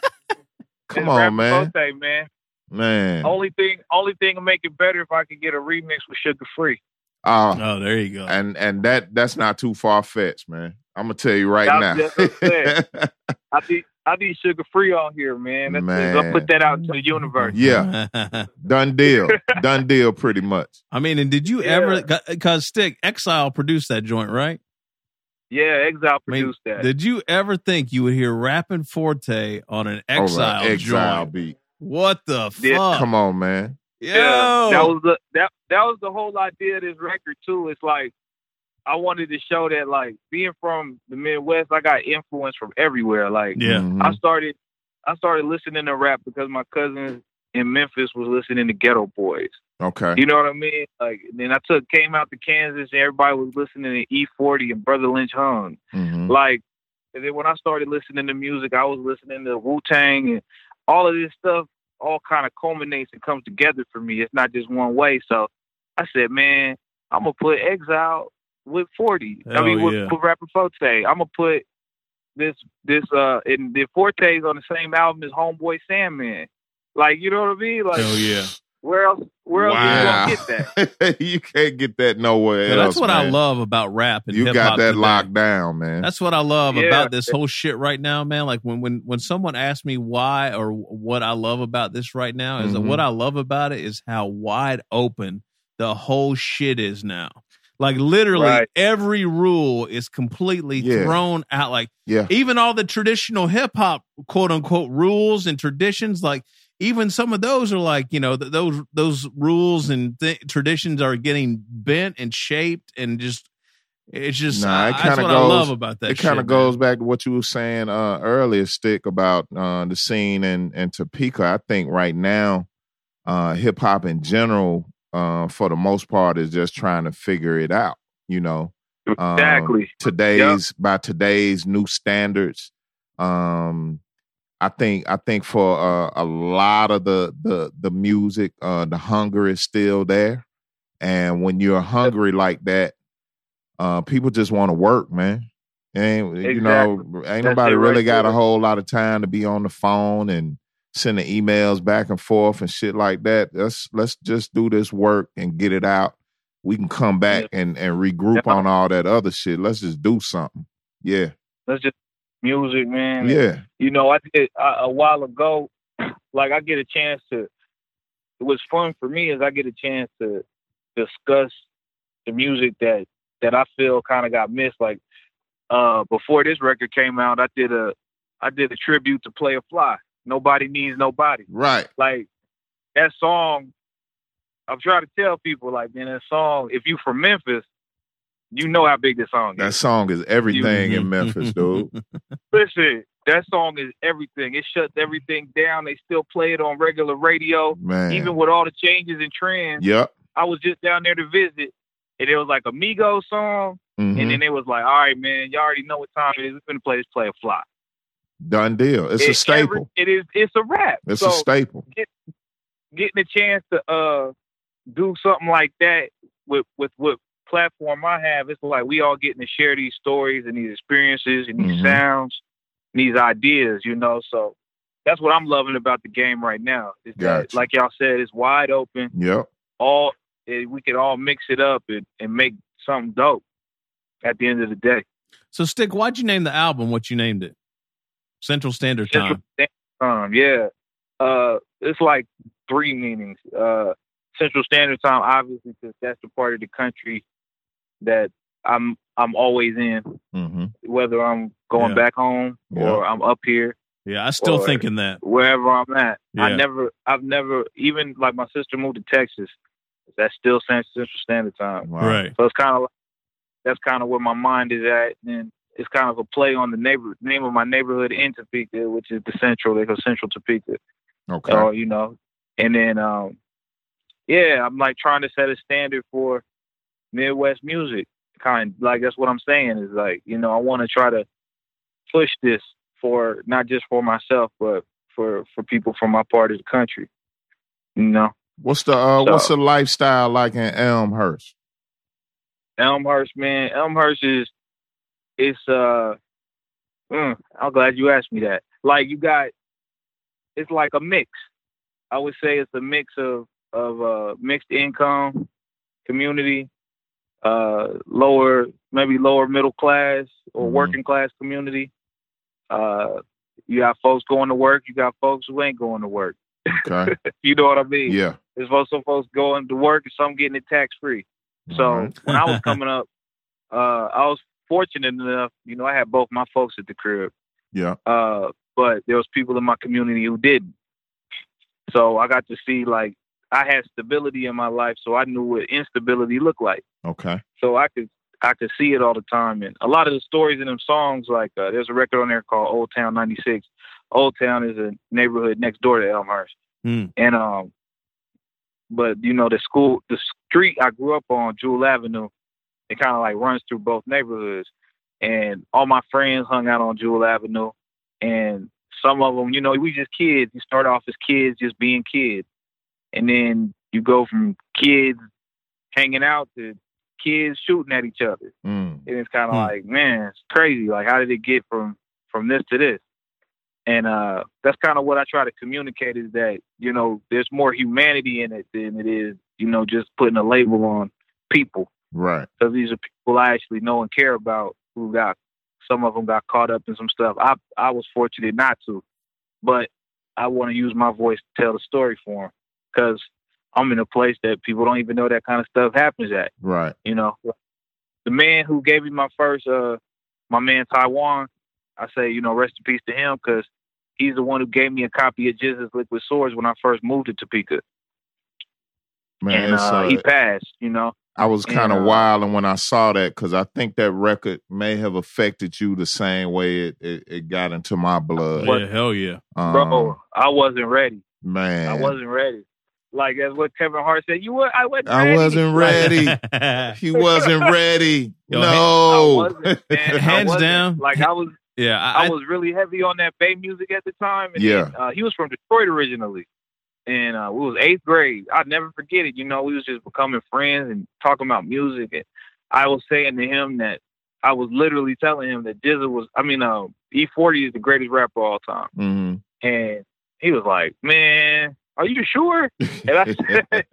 Come
It's
on,
Rapper
man,
Forte, man.
man.
Only thing, only thing to make it better if I could get a remix with Sugar Free.
Oh,
Oh, there you go.
and and that that's not too far fetched, man. I'm gonna tell you right
That's just what
now.
I need, I need Sugar Free on here, man. That's
Man.
I'll put that out into the universe.
[LAUGHS]
yeah.
[LAUGHS] Done deal. Done deal. Pretty much.
[LAUGHS] I mean, and did you
Yeah.
ever? Because Stick Exile produced that joint, right?
Yeah, Exile
I mean,
produced
[LAUGHS]
that.
Did you ever think you would hear rapping Forte on an
Over
Exile,
exile
joint?
beat.
What the
Yeah.
fuck?
Come on, man.
Yo,
Yeah, that was the that that was the whole idea of this record too. It's like I wanted to show that like being from the Midwest, I got influence from everywhere. Like
Yeah.
Mhm.
I started I started listening to rap because my cousin in Memphis was listening to Ghetto Boys.
Okay.
You know what I mean? Like then I took came out to Kansas and everybody was listening to E forty and Brother Lynch Hung.
Mm-hmm.
Mhm.
Like, and then when I started listening to music, I was listening to Wu Tang and all of this stuff. All kind of culminates and comes together for me. It's not just one way. So I said, man, I'm gonna put Exile with Forty. I
Hell
mean, with,
yeah.
with rapper Forte. I'm gonna put this this uh and the Forte's on the same album as Homeboy Sandman. Like, you know what I mean? Like,
Hell yeah.
where else? Where else
Wow.
you gonna get
[LAUGHS]
that?
you can't get that nowhere
Yeah,
else.
that's what I
man.
love about rap and
You
hip
got
hop
that
today.
locked down, man.
That's what I love
Yeah.
about this whole shit right now, man. Like when when when someone asks me why or what I love about this right now is that
Mhm.
what I love about it is how wide open the whole shit is now. Like literally
Right.
every rule is completely
Yeah.
thrown out. Like
Yeah.
even all the traditional hip hop quote unquote rules and traditions, like even some of those are like you know th- those those rules and th- traditions are getting bent and shaped and just it's just
Nah, it
I- that's
kinda
what I
goes-
love about that.
it kind
shit,
of goes back to what you were saying uh, earlier, Stick, about uh, the scene in, in Topeka. I think right now, uh, hip hop in general, uh, for the most part, is just trying to figure it out. You know, [LAUGHS] Um,
Exactly.
today's by today's new standards. Um, I think I think for uh, a lot of the the the music, uh, the hunger is still there, and when you're hungry like that, uh, people just want to work, man. And you know, ain't nobody
it right
really got a
there.
whole lot of time to be on the phone and sending emails back and forth and shit like that. Let's let's just do this work and get it out. We can come back and and regroup
Yeah.
on all that other shit. Let's just do something. Yeah,
That's just music, man.
yeah.
you know, I did I, a while ago. Like I get a chance to. What's fun for me is I get a chance to discuss the music that that I feel kind of got missed. Like uh before this record came out, I did a I did a tribute to Play a Fly. Nobody needs nobody.
Right.
Like that song. I'm trying to tell people, like, man, that song. If you from Memphis, You know how big this song
That
is.
song is everything
Mm-hmm.
in Memphis, dude.
[LAUGHS] Listen, that song is everything. It shuts everything down. They still play it on regular radio,
Man.
even with all the changes and trends.
yep.
I was just down there to visit, and it was like a Migos song,
Mhm.
and then they was like, "All right, man, you already know what time it is. We're gonna play this play a flop."
Done deal. It's a
It- e-, every-
staple.
it is. It's a rap.
It's
so
a staple.
getting a chance to uh do something like that with with what platform I have, it's like we all getting to share these stories and these experiences and these
Mhm.
sounds, and these ideas. You know, so that's what I'm loving about the game right now. Is that,
Gotcha.
like y'all said, it's wide open.
Yep.
All and we can all mix it up and, and make something dope. At the end of the day.
So, Stick, why'd you name the album what you named it? Central Standard Time.
Time, yeah. Uh, it's like three meanings. Uh, Central Standard Time, obviously, because that's the part of the country that I'm I'm always in,
Mm-hmm.
whether I'm going
Yeah.
back home or I'm up here,
Yeah, I still
Or-
thinking that.
wherever I'm at.
Yeah.
I never, I've never, even like my sister moved to Texas. That's still Cent- Central Standard Time.
Wow.
Right.
So it's kind of like, that's kind of where my mind is at, and it's kind of a play on the neighbor name of my neighborhood in Topeka, which is the Central. They go Central Topeka.
Okay.
or you know and then um yeah i'm like trying to set a standard for midwest music kind like that's what i'm saying is like you know i want to try to push this for not just for myself but for for people from my part of the country you know
What's the uh,
So-
what's the lifestyle like in Elmhurst?
elmhurst man elmhurst is it's uh mm, i'm glad you asked me that like you got it's like a mix i would say it's a mix of of uh mixed income community uh lower maybe lower middle class or
Mhm.
working class community uh you got folks going to work you got folks who ain't going to work [LAUGHS]
Okay.
you know what i mean
yeah.
there's folks some folks going to work and some getting it tax free so
Mhm.
when I was coming up, uh, I was fortunate enough, you know, I had both my folks at the crib,
yeah.
uh, but there was people in my community who didn't. So I got to see like I had stability in my life, so I knew what instability looked like.
Okay.
So I could I could see it all the time, and a lot of the stories in them songs, like uh, there's a record on there called Old Town '96. Old Town is a neighborhood next door to Elmhurst,
Hmm.
and um, but you know the school, the street I grew up on, Jewel Avenue, it kind of like runs through both neighborhoods, and all my friends hung out on Jewel Avenue, and some of them, you know, we just kids. You start off as kids, just being kids, and then you go from kids hanging out to kids shooting at each other.
Mm.
And it's kind of
Hmm.
like, man, it's crazy. Like, how did it get from from this to this? And uh, that's kind of what I try to communicate is that you know there's more humanity in it than it is you know just putting a label on people
Right.
because these are people I actually know and care about who got some of them got caught up in some stuff. I I was fortunate not to, but I want to use my voice to tell the story for them because I'm in a place that people don't even know that kind of stuff happens at
Right.
you know. The man who gave me my first, uh, my man Taiwan, I say, you know, rest in peace to him because he's the one who gave me a copy of Jesus Liquid Swords when I first moved to Topeka.
Man,
and
it's,
uh,
uh,
he passed, you know.
I was kind of
and, uh,
wild when I saw that because I think that record may have affected you the same way it, it, it got into my blood.
yeah, hell yeah.
Um,
Bro, I wasn't ready.
man,
I wasn't ready. Like, that's what Kevin Hart said. You were, I wasn't
I
ready.
[LAUGHS]
wasn't ready. he wasn't
[LAUGHS]
ready.
Yo,
no,
I wasn't, man. I
Hands
wasn't.
down.
Like, I was,
yeah, I,
I, was really heavy on that Bay music at the time.
[LAUGHS]
And
Yeah.
then, uh, he was from Detroit originally, and uh, we was eighth grade. I'll never forget it. You know, we was just becoming friends and talking about music. And I was saying to him that I was literally telling him that Dizzy was. I mean, uh, E40 is the greatest rapper of all time,
Mhm.
and he was like, "Man, are you sure?" And
[LAUGHS]
I said,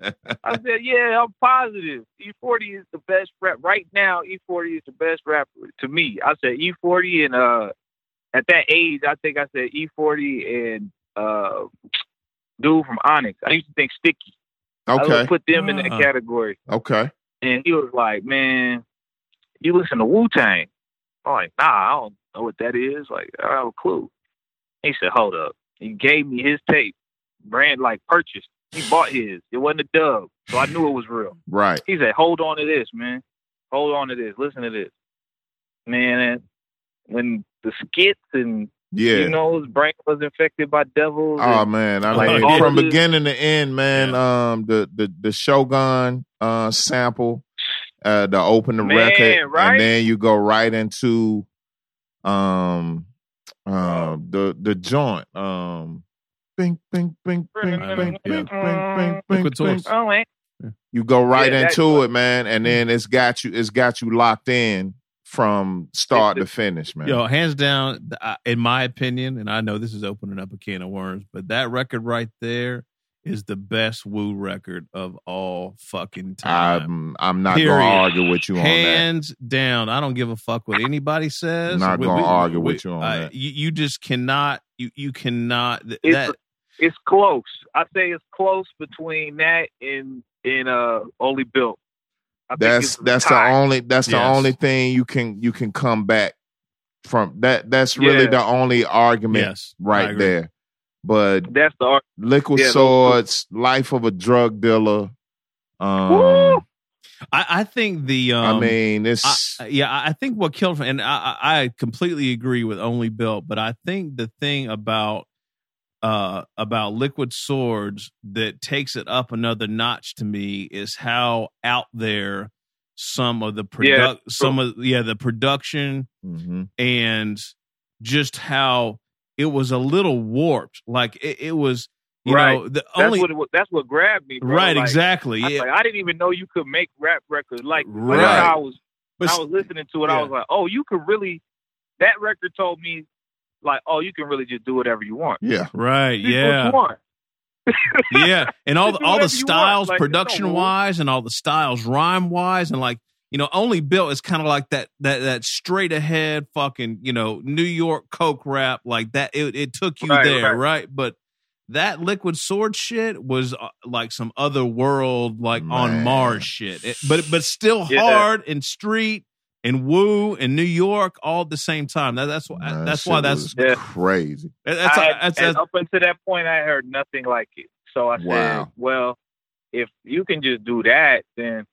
I said, "Yeah, I'm positive. E40 is the best rap right now. E40 is the best rapper to me." I said E40 and uh, at that age, I think I said E40 and uh, dude from Onyx. I used to think Sticky. [LAUGHS] I
okay,
would put them in that
Ah.
category.
okay,
And he was like, "Man, you listen to Wu Tang?" I'm like, "Nah, I don't know what that is. Like, I don't have a clue." He said, "Hold up." He gave me his tape, brand like purchased. He bought his. It wasn't a dub, so I knew it was real.
right.
He said, "Hold on to this, man." Hold on to this. Listen to this. Man, and when the skits and
Yeah.
you know his brain was infected by devils. and-
Oh man, I
Like,
mean
all
from
of this-
beginning to end, man. Um, the the the Shogun uh sample, uh, to open the
Man,
record,
right?
and then you go right into, um, um the the joint, um, bing bing bing bing
I
bing bing
don't- yeah.
bing bing bing.
Liquid
bing.
Swords.
oh, ain't
You go right
Yeah, that
into
joint. Mm.
it, man, and then it's got you. It's got you locked in from start to finish, man.
Yo, hands down, th- I- in my opinion, and I know this is opening up a can of worms, but that record right there is the best Woo record of all fucking time.
I'm I'm not
Period.
gonna argue with you on that.
Hands down, I don't give a fuck what anybody says.
Not
We-
gonna
we-
argue
we-
with you on
uh,
that.
You, you just cannot. You you cannot. th-
It's-
that
it's close. I say it's close between that and and uh Only Built. I think
that's
it's a
that's the
tie.
only that's the
Yes.
only thing you can you can come back from that that's really
Yeah.
the only argument
yes, I
right
agree.
there but
That's the ar-
liquid
Yeah, those-
swords life of a drug dealer um
Woo!
I, I think the. Um,
i mean it's
I, Uh, yeah, I I think what killed and I, I I completely agree with Only Built, but I think the thing about uh about Liquid Swords that takes it up another notch to me is how out there some of the
Yeah,
product some of yeah the production
Mhm.
and just how it was a little warped. Like it, it was, you
Right.
know, the
that's
only
what it, wa- that's what grabbed me. bro.
right
Like,
exactly.
I,
Yeah,
like, I didn't even know you could make rap records like that.
Right.
That's how I was
but
I was listening to it.
yeah.
I was like, oh, you could really. That record told me, like, oh, you can really just do whatever you want.
yeah
right,
Just
yeah.
What you want.
yeah, and all the, all the
Just do whatever you want.
styles,
Like, there's no
production
rules.
wise, and all the styles, rhyme wise, and like you know, only built is kind of like that that that straight ahead fucking you know New York coke rap like that. It it took you
Right,
there, right.
right.
But that liquid sword shit was uh, like some other world, like on
Man.
Mars shit. It- but but still
Yeah.
hard and street and woo and New York all at the same time. That, that's why
Man, that
that's
shit
why that's
was
Yeah.
crazy
that's
I had-
that's,
and
that's
up until that point, I heard nothing like it. So I said,
Wow.
well, if you can just do that, then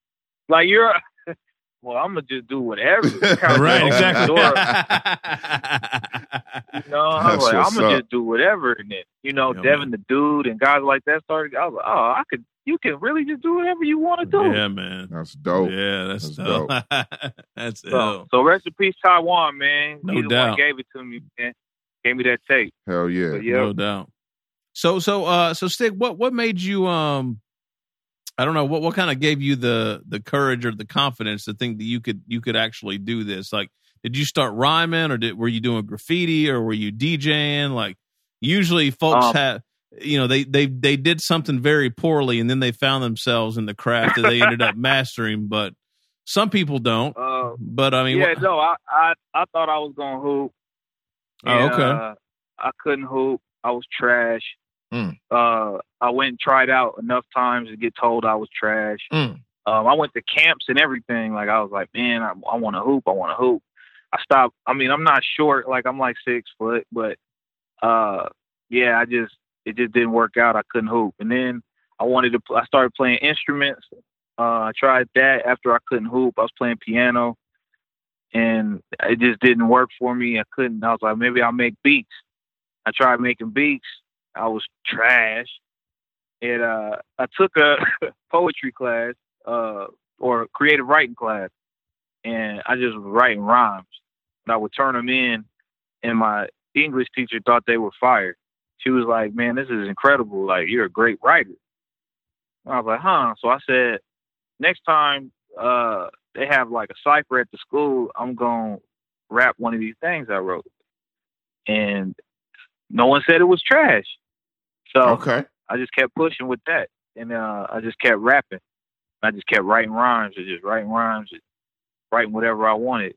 like you're, [LAUGHS] well, I'm gonna just
[LAUGHS]
do whatever. Kinda
right
opened the door.
exactly.
You know, I
That's
was like,
what's
I'm gonna
up.
just do whatever. And then, you know,
Yeah,
Devin the dude and guys like that started. I was like, oh, I could. You can really just do whatever you want to do.
Yeah, man.
that's dope
Yeah, Oh, that's,
That's
dope. [LAUGHS] that's
So,
dope.
so rest in peace, Taiwan, man.
No
He the
doubt.
one gave it to me, man. Gave me that tape.
hell yeah
But yeah,
No doubt. So so uh so stick what what made you um I don't know what what kind of gave you the the courage or the confidence to think that you could you could actually do this? Like did you start rhyming or did were you doing graffiti or were you DJing? Like usually folks
Um,
have you know they they they did something very poorly and then they found themselves in the craft that they
[LAUGHS]
ended up mastering, but some people don't.
uh,
But I mean,
yeah,
what-
no, I, I, I thought I was gonna hoop.
Oh,
And,
okay.
uh, I couldn't hoop. I was trash.
Hmm.
Mm.
Uh, I went and tried out enough times to get told I was trash.
Hmm.
Mm.
Um, I went to camps and everything. Like I was like, man, I, I want to hoop. I want to hoop. I stopped. I mean, I'm not short. Like I'm like six foot, but uh, yeah, I just it just didn't work out. I couldn't hoop. And then I wanted to. Pl- I started playing instruments. Uh, I tried that after I couldn't hoop. I was playing piano, and it just didn't work for me. I couldn't. I was like, maybe I'll make beats. I tried making beats. I was trash. It. Uh, I took a [LAUGHS] poetry class, uh, or creative writing class, and I just was writing rhymes. And I would turn them in, and my English teacher thought they were fired. She was like, "Man, this is incredible! Like, you're a great writer." I was like, "Huh?" So I said, "Next time uh, they have like a cipher at the school, I'm gonna rap one of these things I wrote." And no one said it was trash, so
okay
I just kept pushing with that, and uh, I just kept rapping. I just kept writing rhymes and just writing rhymes, and writing whatever I wanted,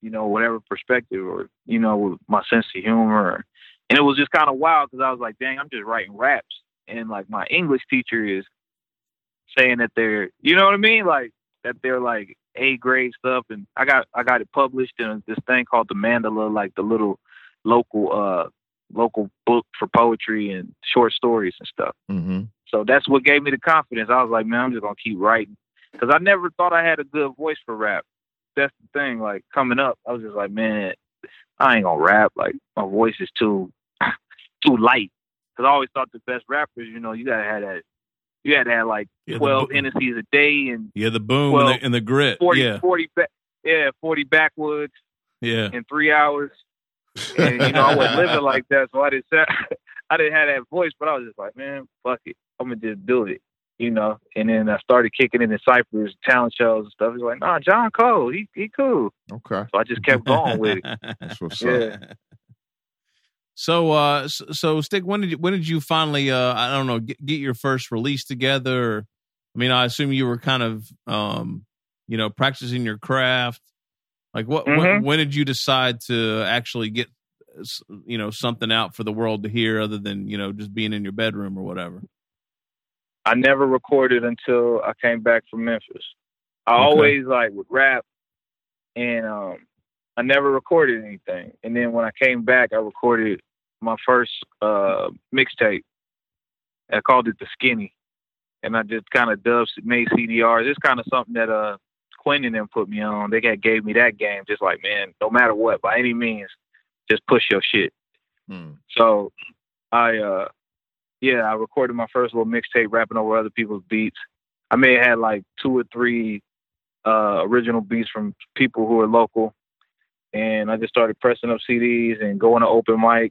you know, whatever perspective or you know, with my sense of humor. And it was just kind of wild because I was like, dang, I'm just writing raps, and like my English teacher is saying that they're, you know what I mean, like that they're like A grade stuff. And I got I got it published in this thing called the Mandala, like the little local uh local book for poetry and short stories and stuff.
hmm
So that's what gave me the confidence. I was like, man, I'm just gonna keep writing. because I never thought I had a good voice for rap. That's the thing. Like coming up, I was just like, man, I ain't gonna rap. Like my voice is too [CLEARS THROAT] too light. Because I always thought the best rappers, you know, you gotta have that. You had to have like
Yeah, the
twelve
bo-
NSCs a day and
Yeah, the boom
Well,
and, the, and the grit.
40,
yeah,
40 ba- yeah, forty backwoods
yeah.
in three hours. And you know, I wasn't living like that, so I didn't sound, [LAUGHS] I didn't have that voice, but I was just like, man, fuck it, I'm gonna just do it, you know. And then I started kicking in the Cypress talent shows and stuff. He's like, nah, John Cole, he he cool.
Okay.
So I
[LAUGHS]
just kept going with it.
That's what's up.
Yeah.
So, uh, s- so stick. When did you, when did you finally, uh, I don't know, get, get your first release together? Or, I mean, I assume you were kind of, um, you know, practicing your craft. Like, what? When,
Mhm.
when did you decide to actually get, uh, s- you know, something out for the world to hear, other than you know just being in your bedroom or whatever?
I never recorded until I came back from Memphis. I
Okay.
always like would rap, and um, I never recorded anything. And then when I came back, I recorded my first uh, mixtape. I called it the Skinny, and I just kind of dubbed made CDRs. It's kind of something that uh Quinn and them put me on. They got gave me that game, just like man, no matter what, by any means, just push your shit.
Hmm.
So I uh yeah, I recorded my first little mixtape rapping over other people's beats. I may have had like two or three uh original beats from people who are local and I just started pressing up CDs and going to open mics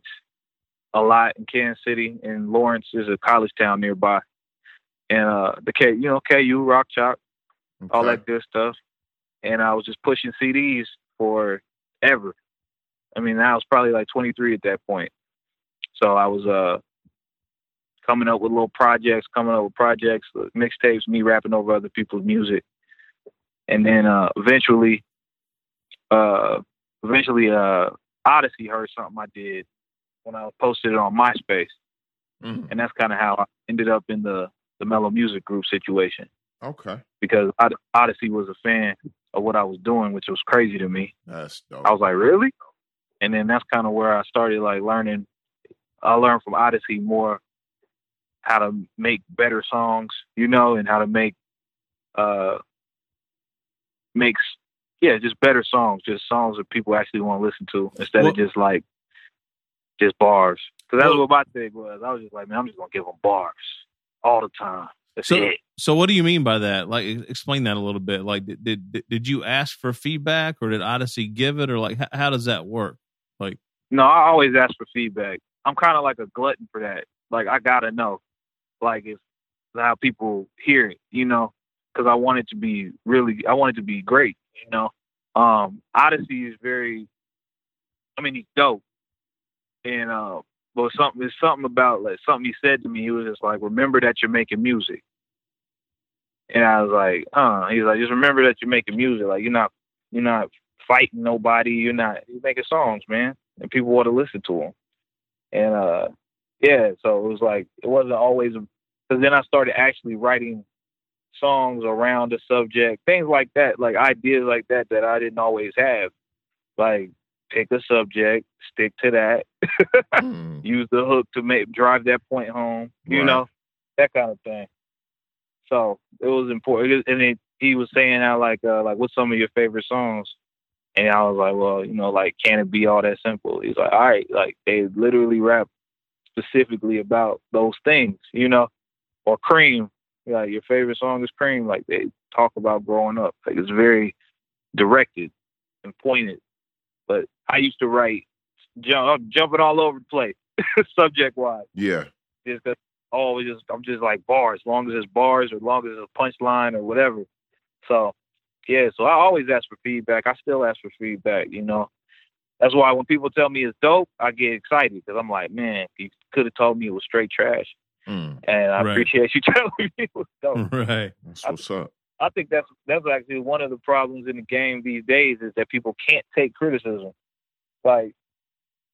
a lot in Kansas City and Lawrence is a college town nearby. And uh the K you know, KU, Rock Chalk all
Okay.
that good stuff. And I was just pushing CDs for ever. I mean, I was probably like 23 at that point. So I was uh coming up with little projects, coming up with projects, uh, mixtapes, me rapping over other people's music. And then uh eventually uh eventually uh Odyssey heard something I did when I posted it on MySpace.
Mm.
And that's kind of how I ended up in the the mellow music group situation
Okay.
because Od- Odyssey was a fan of what I was doing, which was crazy to me.
That's dope.
I was like, really? And then that's kind of where I started like learning. I learned from Odyssey more how to make better songs, you know, and how to make uh makes yeah, just better songs, just songs that people actually want to listen to instead
Well-
of just like just bars. Because that's
Well-
what my thing was. I was just like, man, I'm just gonna give them bars all the time. That's
So-
it.
So, what do you mean by that? Like, e- explain that a little bit. Like, did did, did you ask for feedback, or did Odyssey give it, or like, how, how does that work?
No, I always ask for feedback. I'm kind of like a glutton for that. Like I gotta know, like if how people hear it, you know, because I want it to be really, I want it to be great, you know. Um, Odyssey is very, I mean, he's dope, and uh, but something, there's something about like something he said to me. He was just like, "Remember that you're making music," and I was like, "Huh?" He's like, "Just remember that you're making music. Like you're not, you're not fighting nobody. You're not, you're making songs, man." and people want to listen to them. And uh, yeah, so it was like it wasn't always because then I started actually writing songs around the subject, things like that, like ideas like that that I didn't always have. Like pick a subject, stick to that,
Mm.
use the hook to make drive that point home, you
Right.
know, that kind of thing. So it was important. And then he was saying how like uh, like what's some of your favorite songs? And I was like, well, you know, like can it be all that simple? He's like, all right, like they literally rap specifically about those things, you know, or Cream. Like your favorite song is Cream. Like they talk about growing up. Like it's very directed and pointed. But I used to write jump, I'm jumping all over the place, [LAUGHS] subject wise.
Yeah.
Just 'cause oh, it's just I'm just like bars, long as it's bars or long as it's a punchline or whatever. So yeah, so I always ask for feedback. I still ask for feedback. You know, that's why when people tell me it's dope, I get excited because I'm like, man, you could have told me it was straight trash,
Mm.
and
Right.
I
Hmm.
appreciate [LAUGHS] you telling me it was
[LAUGHS]
dope.
Right.
That's what's up.
I think that's that's actually one of the problems in the game these days is that people can't take criticism. Like,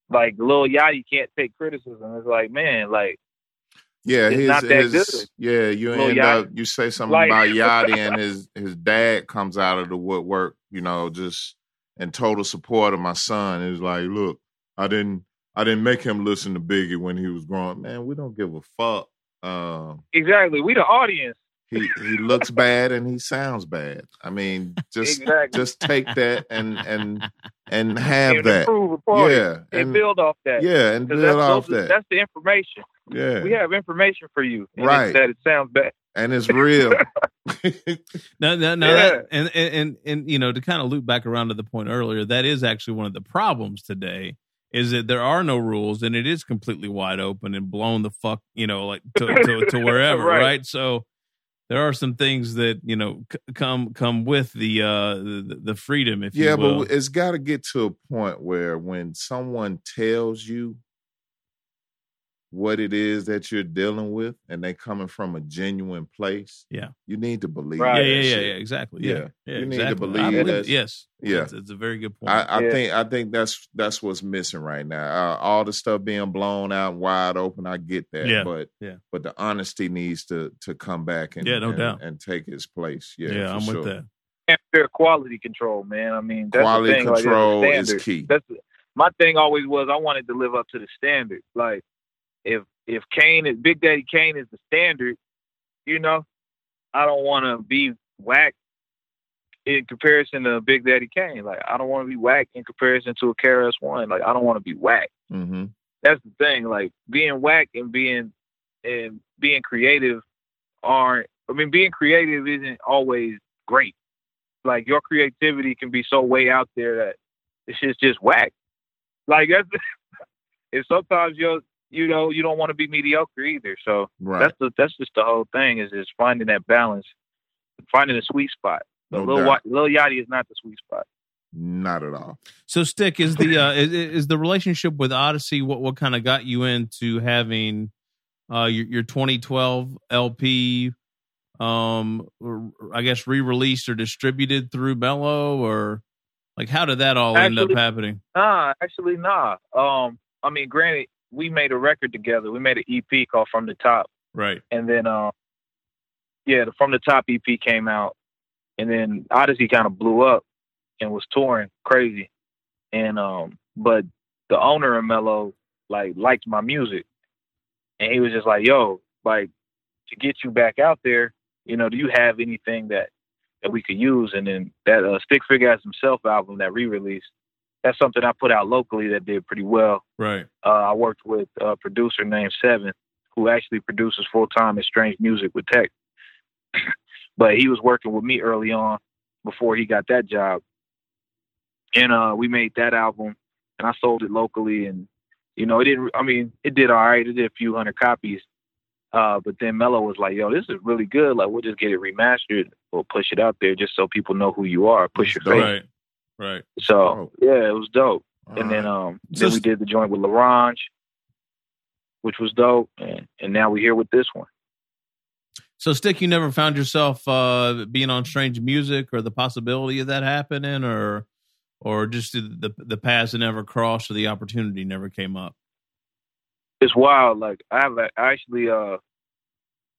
like Lil Yachty can't take criticism. It's like, man, like
Yeah,
It's
his,
not that
his-
good.
yeah, you
Lil
end
Yachty.
up you say something
Like- [LAUGHS]
about Yachty and his his dad comes out of the woodwork, you know, just in total support of my son. It was like, look, I didn't I didn't make him listen to Biggie when he was growing. Man, we don't give a fuck. Um
exactly, we the audience.
He he looks bad and he sounds bad. I mean, just
[LAUGHS] exactly.
just take that and and and
and
have that.
improve upon it
Yeah,
and,
and
build off that.
yeah, and
'Cause
build
that's,
off
those-
that.
that's the information. We
Yeah,
have information for you. And
Right.
It's that it sounds bad.
and it's real.
[LAUGHS]
No, no, no.
Yeah.
That, and, and and and you know, to kind of loop back around to the point earlier, that is actually one of the problems today is that there are no rules and it is completely wide open and blown the fuck, you know, like to to,
[LAUGHS]
to wherever,
Right.
right. So there are some things that you know c- come come with the uh the, the freedom, if
Yeah,
you will.
but it's got to get to a point where when someone tells you what it is that you're dealing with, and they coming from a genuine place,
Yeah.
you need to believe.
yeah,
Right.
that
yeah, yeah,
shit.
yeah, exactly. Yeah,
Yeah.
yeah,
You need to
exactly.
believe
I believe
that's-
it. Yes,
yeah.
it's, it's a very good point.
I, I
Yeah.
think I think that's that's what's missing right now. Uh, all the stuff being blown out and wide open, I get that.
Yeah,
But
yeah.
but the honesty needs to to come back and
Yeah, no
and,
doubt.
and take its place. Yeah,
yeah,
for
I'm
sure.
with that.
And fair quality control, man. I mean, that's
Quality
the thing.
control
like, it's
is
a standard.
key.
That's my thing. Always was I wanted to live up to the standard. Like if if Kane is Big Daddy Kane is the standard, you know, I don't want to be whack in comparison to Big Daddy Kane. Like I don't want to be whack in comparison to a KRS One. Like I don't want to be whack.
hmm
that's the thing. Like being whack and being and being creative aren't. I mean, being creative isn't always great. Like your creativity can be so way out there that it's just just whack. Like that's. [LAUGHS] and sometimes you you know you don't want to be mediocre either. So
Right.
that's the that's just the whole thing is just finding that balance, finding a sweet spot. But
No
Lil,
doubt.
Wa- Lil Yachty is not the sweet spot.
Not at all.
So, stick is the uh, is, is the relationship with Odyssey. What what kind of got you into having uh, your your 2012 LP? Um, or, I guess re-released or distributed through Mellow, or like how did that all end
Actually-
up happening?
Nah, actually, nah. Um, I mean, granted, we made a record together. We made an EP called From the Top,
Right.
and then, um, yeah, the From the Top EP came out, and then Odyssey kind of blew up and was touring crazy, and um, but the owner of Mellow like liked my music, and he was just like, "Yo, like to get you back out there, you know, do you have anything that that we could use?" And then that uh, Stick Figure as himself album that re-released that's something I put out locally that did pretty well.
Right.
Uh, I worked with a producer named Seven, who actually produces full time at Strange Music with Tech. [CLEARS THROAT] but he was working with me early on before he got that job. And uh, we made that album and I sold it locally. And, you know, it didn't, I mean, it did all right. It did a few hundred copies. Uh, but then Mello was like, yo, this is really good. Like, we'll just get it remastered. We'll push it out there just so people know who you are. Push your
Dope.
face.
Right. Right.
So, yeah, it was dope and then um
Uh-huh. So
then we
s-
did the joint with LaRange, which was dope, and, and now we're here with this one.
So, stick, you never found yourself uh, being on strange music, or the possibility of that happening, or or just the the paths that never crossed, or the opportunity never came up.
It's wild. Like I have like, I actually uh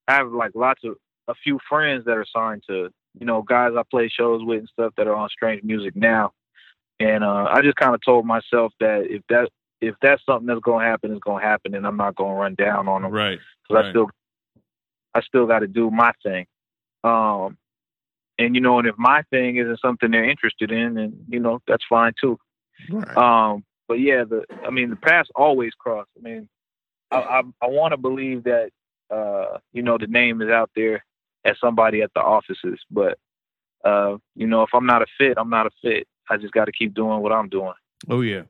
I have like lots of a few friends that are signed to you know guys I play shows with and stuff that are on Strange Music now, and uh I just kind of told myself that if that if that's something that's gonna happen, it's gonna happen, and I'm not gonna run down on them.
Right.
because
Right.
I still I still got to do my thing. Um, and you know, and if my thing isn't something they're interested in, then you know that's fine too.
right.
Um, but yeah, the I mean, the paths always cross. I mean, I I, I want to believe that uh, you know the name is out there at somebody at the offices, but uh, you know, if I'm not a fit, I'm not a fit. I just got to keep doing what I'm doing.
Oh yeah.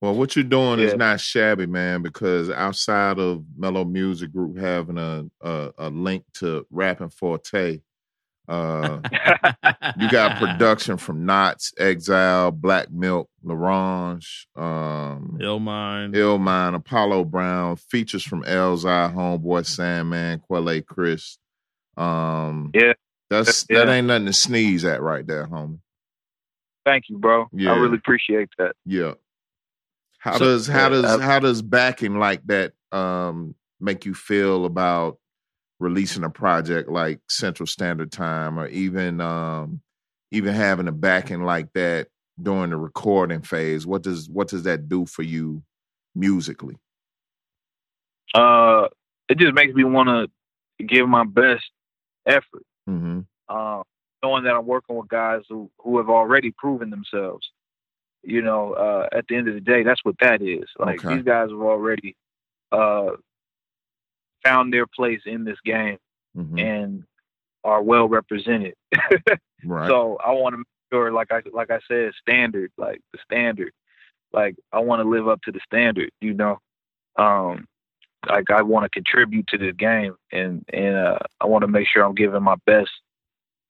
Well, what you're doing is
Yeah.
not shabby, man, because outside of Mellow Music Group having a a, a link to rapping forte, uh,
[LAUGHS]
you got production from Knots, Exile, Black Milk, LaRange, um
Ill mind.
Illmind, Apollo Brown, features from Elzai, Homeboy Sandman, Quelle Chris. Um
Yeah.
That's
Yeah.
that ain't nothing to sneeze at right there, homie.
Thank you, bro.
Yeah.
I really appreciate that.
Yeah. How
So-
does how
Yeah,
does
uh,
how does backing like that um make you feel about releasing a project like Central Standard Time or even um even having a backing like that during the recording phase? What does what does that do for you musically?
uh, it just makes me want to give my best effort.
Mm-hmm.
Uh, knowing that I'm working with guys who who have already proven themselves. You know, uh, at the end of the day, that's what that is. Like
Okay.
these guys have already uh, found their place in this game
Mm-hmm.
and are well represented. [LAUGHS]
right.
So I want to make sure, like I like I said, standard, like the standard, like I want to live up to the standard. You know, um, like I want to contribute to this game, and and uh, I want to make sure I'm giving my best,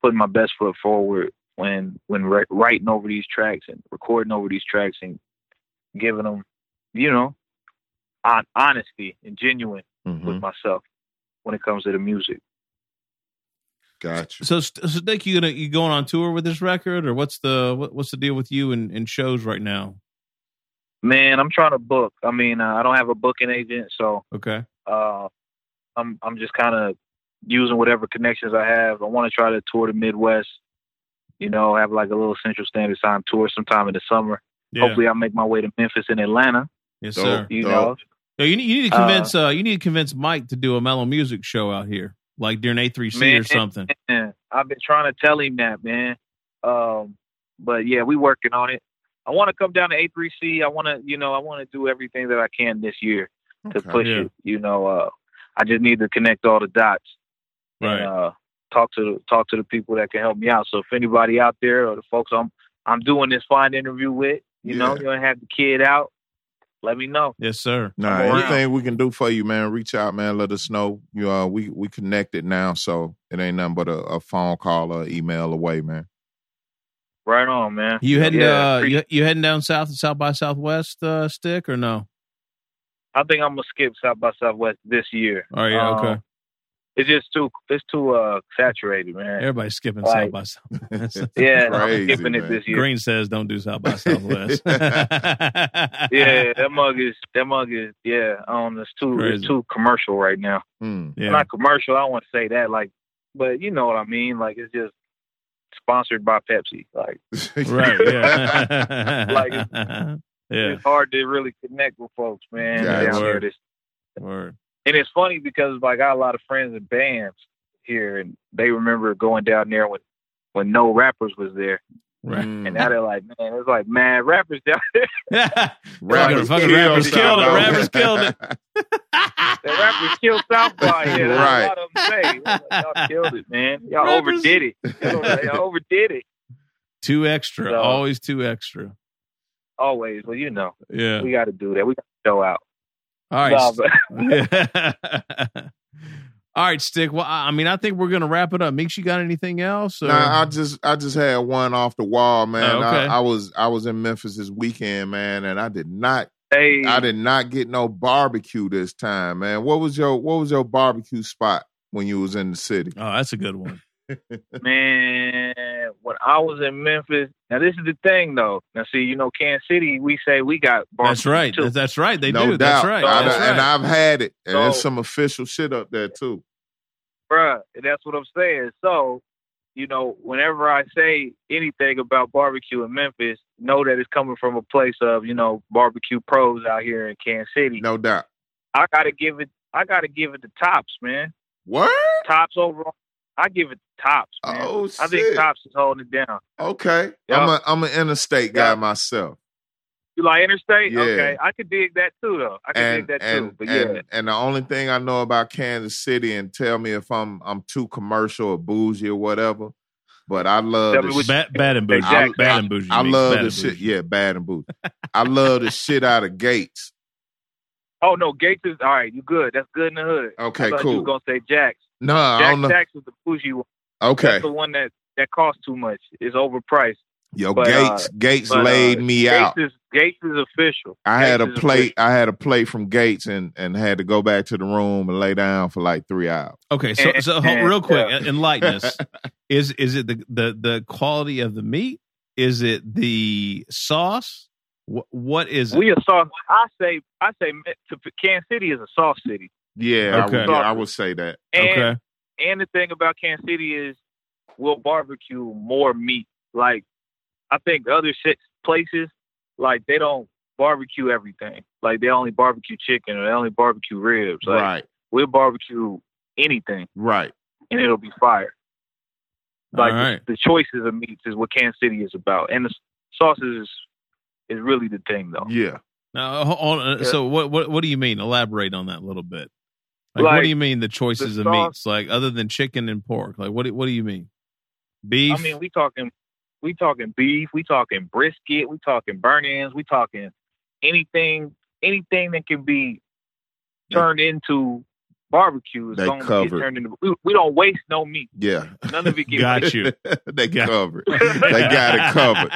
putting my best foot forward when when ri- writing over these tracks and recording over these tracks and giving them, you know, on honesty and genuine
hmm
with myself when it comes to the music.
Gotcha.
So, St- so Nick, you gonna you going on tour with this record, or what's the what, what's the deal with you and, and shows right now?
Man, I'm trying to book. I mean, uh, I don't have a booking agent, so.
Okay,
uh, I'm I'm just kind of using whatever connections I have. I want to try to tour the Midwest. You know, have like a little Central Standard Time tour sometime in the summer.
yeah,
Hopefully, I make my way to Memphis and Atlanta.
yes,
Dope.
sir.
You
Dope.
know,
Yo, you, need- you need to
Uh,
convince uh, you need to convince Mike to do a mellow music show out here, like during A three C or
Man.
something.
Man, I've been trying to tell him that, man. Um, but yeah, we working on it. I want to come down to A3C. I want to, you know, I want to do everything that I can this year to
Okay.
push
Yeah.
it. You know, uh, I just need to connect all the dots.
Right.
and uh, talk to the, talk to the people that can help me out. So if anybody out there or the folks I'm I'm doing this fine interview with, you know,
Yeah.
you don't have the kid out. Let me know.
yes, sir.
Nah,
I'm around.
anything we can do for you, man, reach out, man. Let us know. You uh, we we connected now, so it ain't nothing but a, a phone call or email away, man.
Right on, man.
You heading
Yeah,
uh,
pre-
you, you heading down south to South by Southwest uh, stick or no?
I think I'm gonna skip South by Southwest this year.
Oh yeah,
Um,
okay.
It's just too it's too uh saturated, man.
Everybody's skipping
like-
South by [LAUGHS] Southwest.
[LAUGHS] Yeah,
Crazy,
I'm skipping it
man.
this year.
Green says don't do South
[LAUGHS]
by Southwest. [LAUGHS]
Yeah, that mug is that mug is yeah. Um, it's too
Crazy.
it's too commercial right now.
Mm.
yeah.
not commercial. I don't want to say that, like, but you know what I mean. Like, it's just sponsored by Pepsi. Like,
right. [LAUGHS] Yeah.
[LAUGHS] Like,
yeah.
it's hard to really connect with folks, man.
Yeah,
down here.
word.
This-
Word.
And it's funny because like I got a lot of friends in bands here, and they remember going down there when when no rappers was there,
Right.
and now they're like, man, it's like, man, rappers down [LAUGHS] there.
Rappers fucking
killed
rappers
South
killed it.
by
Rappers
West.
killed it.
[LAUGHS]
[LAUGHS]
The rappers killed South by here.
[LAUGHS]
That's
Right.
what a lot of them say. Like, Y'all killed it, man. Y'all
Rappers-
overdid
[LAUGHS]
it. Y'all overdid it.
Two extra.
So-
Always two extra.
Always. Well, you know,
Yeah.
we got to do that. We got to show out.
All right.
Nah, but-
[LAUGHS] All right, stick. Well, I I mean, I think we're gonna wrap it up. Meeks, you got anything else? Or?
Nah, I just I just had one off the wall, man.
Oh, okay.
I, I was I was in Memphis this weekend, man, and I did not
Hey,
I did not get no barbecue this time, man. What was your what was your barbecue spot when you was in the city?
oh, that's a good one.
man, when I was in Memphis, now this is the thing though. Now see, you know, Kansas City, we say we got
That's
barbecue
right.
too.
That's right. They
no
do.
doubt.
That's right.
I
That's
done- And
right.
I've had it. And there's
So-
some official shit up there too.
Bruh, and that's what I'm saying. So, you know, whenever I say anything about barbecue in Memphis, know that it's coming from a place of, you know, barbecue pros out here in Kansas City.
No doubt.
I gotta give it I gotta give it the tops, man.
What?
Tops overall. I give it the tops, man.
Oh
I
shit.
think tops is holding it down.
Okay.
Yeah.
I'm a I'm an interstate guy
Yeah.
myself.
You like interstate?
Yeah.
Okay. I could dig that too though. I could dig
And
that
and,
too. But yeah.
and and the only thing I know about Kansas City and tell me if I'm I'm too commercial or bougie or whatever. But I love
Tell
the
me
shit.
what
Bad, bad and bougie.
Exactly.
Bad and bougie.
I
Meeks.
love
Bad
the
and
shit.
bougie.
Yeah, bad and
[LAUGHS]
booty. I love the shit out of Gates.
Oh no, Gates is all right. You good? That's good in the hood. I
Okay,
thought You
cool.
were gonna say Jax.
no, I
Jax,
don't know.
Jax is the bougie one.
okay,
That's the one that that costs too much. It's overpriced.
yo,
but, uh,
Gates. Gates
but, uh,
laid me out.
Gates is Gates is official.
I had a
Gates is
plate. I had a plate from Gates and and had to go back to the room and lay down for like three hours.
Okay, so so
[LAUGHS] And- and,
real quick,
uh,
enlighten
[LAUGHS]
us. Is is it the the the quality of the meat? Is it the sauce? What what is
official.
it?
We a sauce. I say I say to Kansas City is a sauce city.
Yeah,
Okay.
I, would, yeah, I would say that.
And
okay,
and the thing about Kansas City is we'll barbecue more meat. Like I think other shit places, like they don't barbecue everything. Like they only barbecue chicken or they only barbecue ribs. Like
right,
we'll barbecue anything.
right.
and it'll be fire. Like
All right.
the, the choices of meats is what Kansas City is about, and the s- sauces is is really the thing though.
Yeah.
Now, ho- hold on.
Yeah.
so what, what what do you mean? Elaborate on that a little bit. Like, what
Like,
do you mean the choices
the
of
sauce-
meats? Like other than chicken and pork? Like what do- what do you mean? Beef?
I mean, we talking we talking beef, we talking brisket, we talking burn ins, we talking anything anything that can be turned into barbecue is
They
going to
covered.
get turned into. We, we don't waste no meat.
Yeah.
None of it get
Got
wasted. [LAUGHS]
you.
[LAUGHS] they
Yeah.
covered They got
[LAUGHS]
it covered.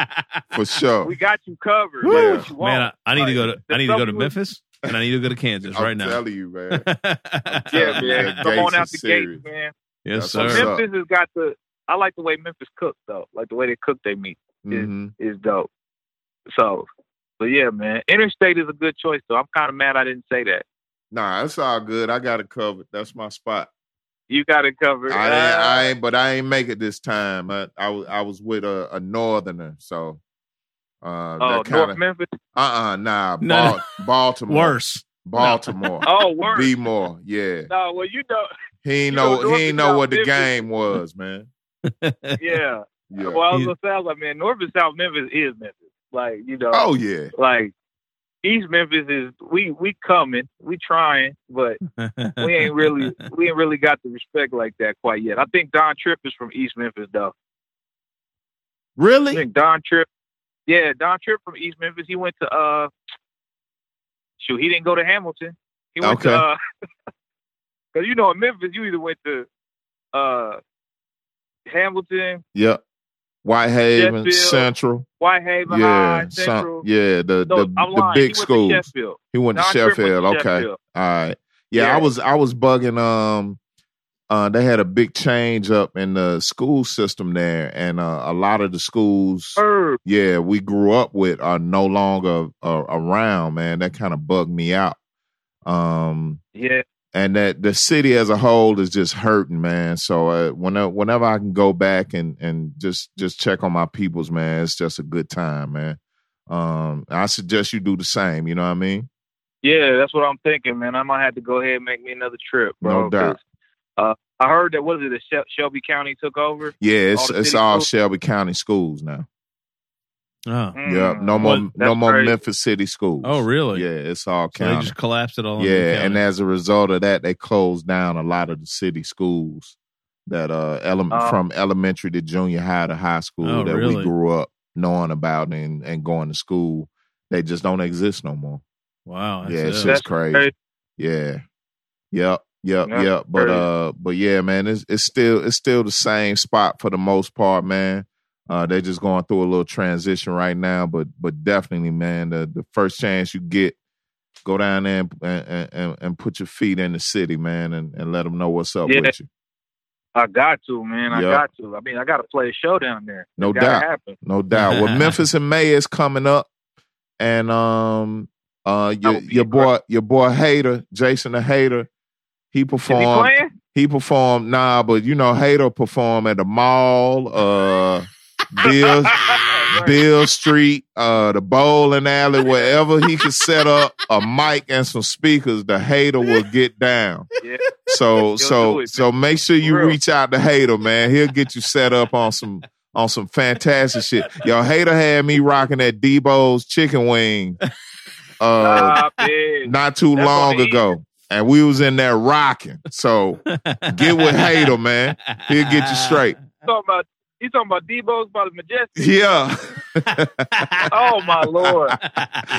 for sure.
We got you covered.
Woo.
Like, what you want.
Man, I, I need to go to
the
I need to go
stuff
to
you-
Memphis and I need to go to Kansas
I'm
right now.
telling you,
[LAUGHS]
[LAUGHS]
man.
yeah,
Yeah,
man. Come on
Gates
out
is
the
serious.
gate, man.
yes,
That's what's
sir.
up.
Memphis has got the. I like the way Memphis cook though. Like the way they cook their meat.
Mhm.
is dope. So, but yeah, man, Interstate is a good choice though. I'm kind of mad I didn't say that.
Nah, it's all good. I got it covered. That's my spot.
You got it covered.
I ain't, I
Uh,
ain't, but I ain't make it this time. I, I was, I was with a, a northerner, so uh,
oh,
that kind
North
of
Memphis.
uh, uh,
[LAUGHS]
nah,
No,
Bal- Baltimore,
Worse.
Baltimore,
Oh, word.
be more, yeah.
no, well, you know,
He ain't
You know,
know, he
North
ain't
is
know
South
what the
Memphis.
game was, man.
[LAUGHS]
[LAUGHS]
yeah.
Yeah.
Well, I was
Yeah.
gonna say, I was like, man, North and South Memphis is Memphis. Like, you know,
Oh yeah,
like East Memphis is we we coming, we trying, but we
[LAUGHS]
ain't really we ain't really got the respect like that quite yet. I think Don Tripp is from East Memphis though. I
really?
think Don Tripp. Yeah, Don Tripp from East Memphis. He went to uh shoot, he didn't go to Hamilton. He went to
Okay.
uh [LAUGHS] cuz you know in Memphis you either went to uh Hamilton,
Yep. Whitehaven
Sheffield,
Central,
Whitehaven
yeah,
High,
some-
Central.
yeah, the the,
no, I'm
the
lying. he
big
went
schools.
To Sheffield.
He went to
Don Tripp
Sheffield.
went to
okay.
Sheffield.
All right. Yeah, I
Yeah.
was I was bugging um uh they had a big change up in the school system there and uh, a lot of the schools
Herb.
yeah, we grew up with are no longer uh, around, man. That kind of bugged me out. Um
Yeah.
and that the city as a whole is just hurting, man. So uh, whenever whenever I can go back and and just just check on my peoples, man, it's just a good time, man. Um I suggest you do the same, you know what I mean?
Yeah, that's what I'm thinking, man. I might have to go ahead and make me another trip, bro.
No doubt.
'cause, Uh, I heard that what is it? that Shel- Shelby County took over.
Yeah, it's
All the
it's
city
all
schools?
Shelby County schools now.
oh.
Yep, no more
Well,
no
Mm. that's
more
crazy.
Memphis City schools.
Oh, really?
Yeah, it's all
So they
county.
just collapsed it all. into
yeah, and
county.
as a result of that, they closed down a lot of the city schools that uh ele-
Oh.
from elementary to junior high to high school
Oh,
that we
really?
grew up knowing about and and going to school. They just don't exist no more.
wow. That's
yeah, it's
it.
just
That's
crazy.
crazy.
Yeah. Yep. Yep.
That's
yep. But
crazy.
uh but yeah, man, it's it's still it's still the same spot for the most part, man. Uh they're just going through a little transition right now, but but definitely, man, the, the first chance you get, go down there and and, and, and put your feet in the city, man, and, and let them know what's up
Yeah.
with you.
I got to, man. I
Yep.
got to. I mean, I got to play a show down there.
No
Gotta
doubt.
happen.
No doubt.
[LAUGHS]
Well, Memphis in May is coming up, and um, uh, your,
will be
your
there.
boy, your boy Hater, Jason the Hater, he
Is he
performed.
playing?
He, performed. Nah, but you know, Hater performed at the mall, uh,
[LAUGHS]
Bill, Bill Street, uh, the bowling alley, wherever he could set up a mic and some speakers. The Hater will get down.
Yeah.
So
He'll
so
do it,
so make sure you
For real.
reach out to Hater, man. He'll get you set up on some on some fantastic shit. Yo, Hater had me rocking that Debo's chicken wing uh
Stop it.
not too
That's
long
on the
ago. And we was in there rocking. So get with Hater, man. He'll get you
[LAUGHS]
straight.
You talking about you talking about Debo's by the Majestic?
Yeah.
Oh
[LAUGHS]
my lord!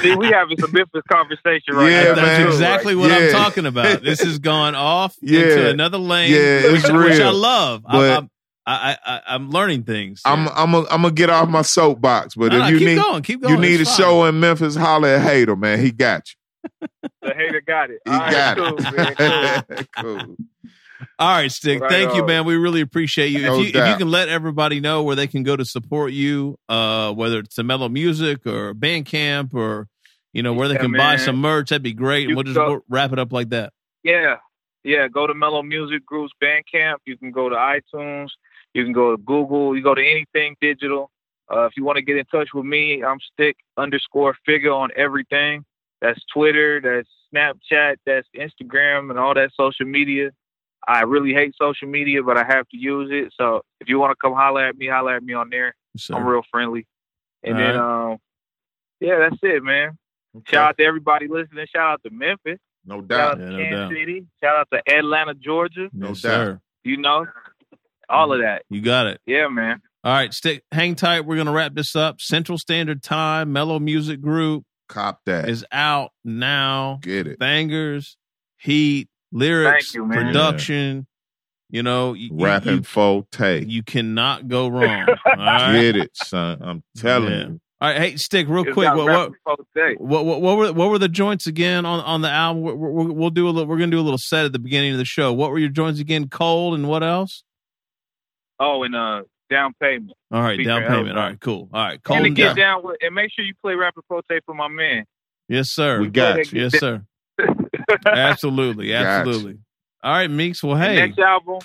See, we having some Memphis conversation right
Yeah,
now.
that's
man.
exactly what
Yeah.
I'm talking about. This has gone off
[LAUGHS] Yeah.
into another lane,
Yeah,
which,
it's
which I
real.
love.
But-
I'm, I'm, I, I, I'm learning things. here.
I'm I'm a, I'm gonna get off my soapbox, but
No, no,
if you
keep
need
going, keep going.
you need a
It's fine.
show in Memphis, holler at Hater, man. He got you.
The hater got it.
He
All
got
right, cool, man,
[LAUGHS]
cool.
it. cool.
All right, Stick.
Right
thank you,
on.
man. We really appreciate you.
No
if you if
doubt.
you can let everybody know where they can go to support you, uh, whether it's to Mellow Music or Bandcamp or you know where they
Yeah,
can buy
man.
some merch, that'd be great. and
You
we'll just
go-
wo- wrap it up like that.
Yeah, yeah. Go to Mellow Music Group's Bandcamp. You can go to iTunes. You can go to Google. You go to anything digital. Uh, if you want to get in touch with me, I'm Stick underscore Figure on everything. That's Twitter. That's Snapchat. That's Instagram and all that social media. I really hate social media, but I have to use it. So if you want to come holler at me, holler at me on there. I'm
So,
real friendly. And
All
then, um, yeah, that's it, man. Shout out to everybody listening. Shout out to Memphis.
No doubt.
Shout out
Yeah,
to
no
Kansas
doubt.
City. Shout out to Atlanta, Georgia.
No
yes,
doubt.
sir.
You know, all of that.
You got it.
Yeah, man.
All right, stick hang tight. We're gonna wrap this up. Central Standard Time, Mellow Music Group
Cop that.
is out now.
Get it.
Bangers, heat, lyrics,
Thank you, man.
production. You know, you, you-
Rapping forte.
you, you cannot go wrong. All right.
Get it, son. I'm telling
Yeah.
you.
All right, hey, stick real
It's
quick.
got
What,
rap
what
folk day.
what what what were what were the joints again on on the album? We're, we're, we'll do a little. We're gonna do a little set at the beginning of the show. What were your joints again? Cold and what else?
Oh, and uh, down payment.
All right,
Featuring
down payment.
Elvis.
All right, cool. All right, cold
And to
and
get
down.
down with, and make sure you play Rapper Forte for my man.
Yes, sir.
We got you.
Yes,
[LAUGHS]
sir. Absolutely,
Gotcha.
absolutely. All right, Meeks. Well,
And
hey,
Next album.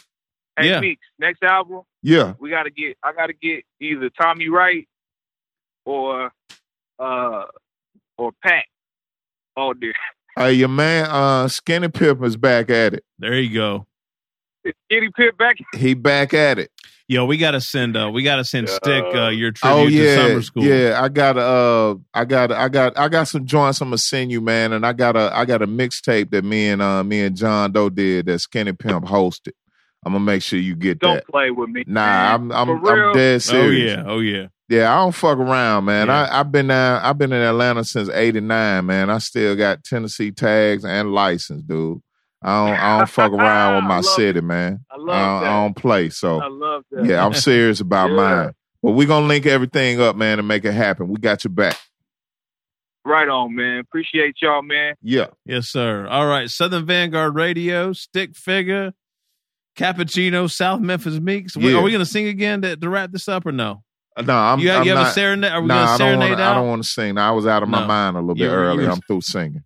Hey,
Yeah.
Meeks, next album.
Yeah.
we gotta get I gotta get either Tommy Wright or uh or Pat. Oh dear. [LAUGHS]
Hey, your man, uh, Skinny Pimpin's back at it.
there you go.
Is Kitty Pitt back?
He back at it.
Yo, we gotta send. Uh, we gotta send
Yeah.
Stick uh, your tribute
Oh
to
yeah,
summer school.
yeah. I got a, uh, I got, I got, I got some joints. I'm gonna send you, man. And I got a, I got a mixtape that me and uh, me and John Doe did that Skinny Pimp hosted. I'm gonna make sure you get
Don't
that.
play with me.
Nah, I'm, I'm,
For real?
I'm dead
Oh
serious.
yeah. Oh yeah.
Yeah, I don't fuck around, man.
Yeah.
I, I've been down, I've been in Atlanta since '89, man. I still got Tennessee tags and license, dude. I don't, I don't fuck
[LAUGHS]
around with
I
my
love
city, man.
I
I don't,
love
I
that.
don't play, so
I love that.
yeah, I'm serious about
Yeah.
mine. But we're gonna link everything up, man, and make it happen. We got your back.
Right on, man. Appreciate y'all, man.
Yeah.
Yes, sir. All right. Southern Vanguard Radio, Stick Figure, Cappuccino, South Memphis Meeks. We-
Yeah.
Are we going to sing again to, to wrap this up or no?
No, I'm,
you have,
I'm
you have
not.
a serenade? Are we
nah,
going
I
to
don't
serenade
want to. I
out?
don't want to sing. I was out of my
No.
mind a little bit
You- you-
earlier.
you-
I'm through singing.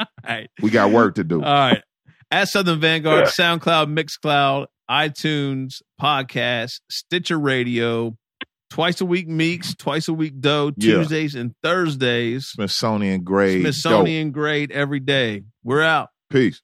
All right.
We got work
[LAUGHS]
to do.
All right. At Southern Vanguard, SoundCloud, Mixcloud, iTunes, Podcast, Stitcher Radio, twice a week Meeks, twice a week Doe,
Yeah.
Tuesdays and Thursdays.
Smithsonian grade. Dope.
Smithsonian grade every day. We're out.
Peace.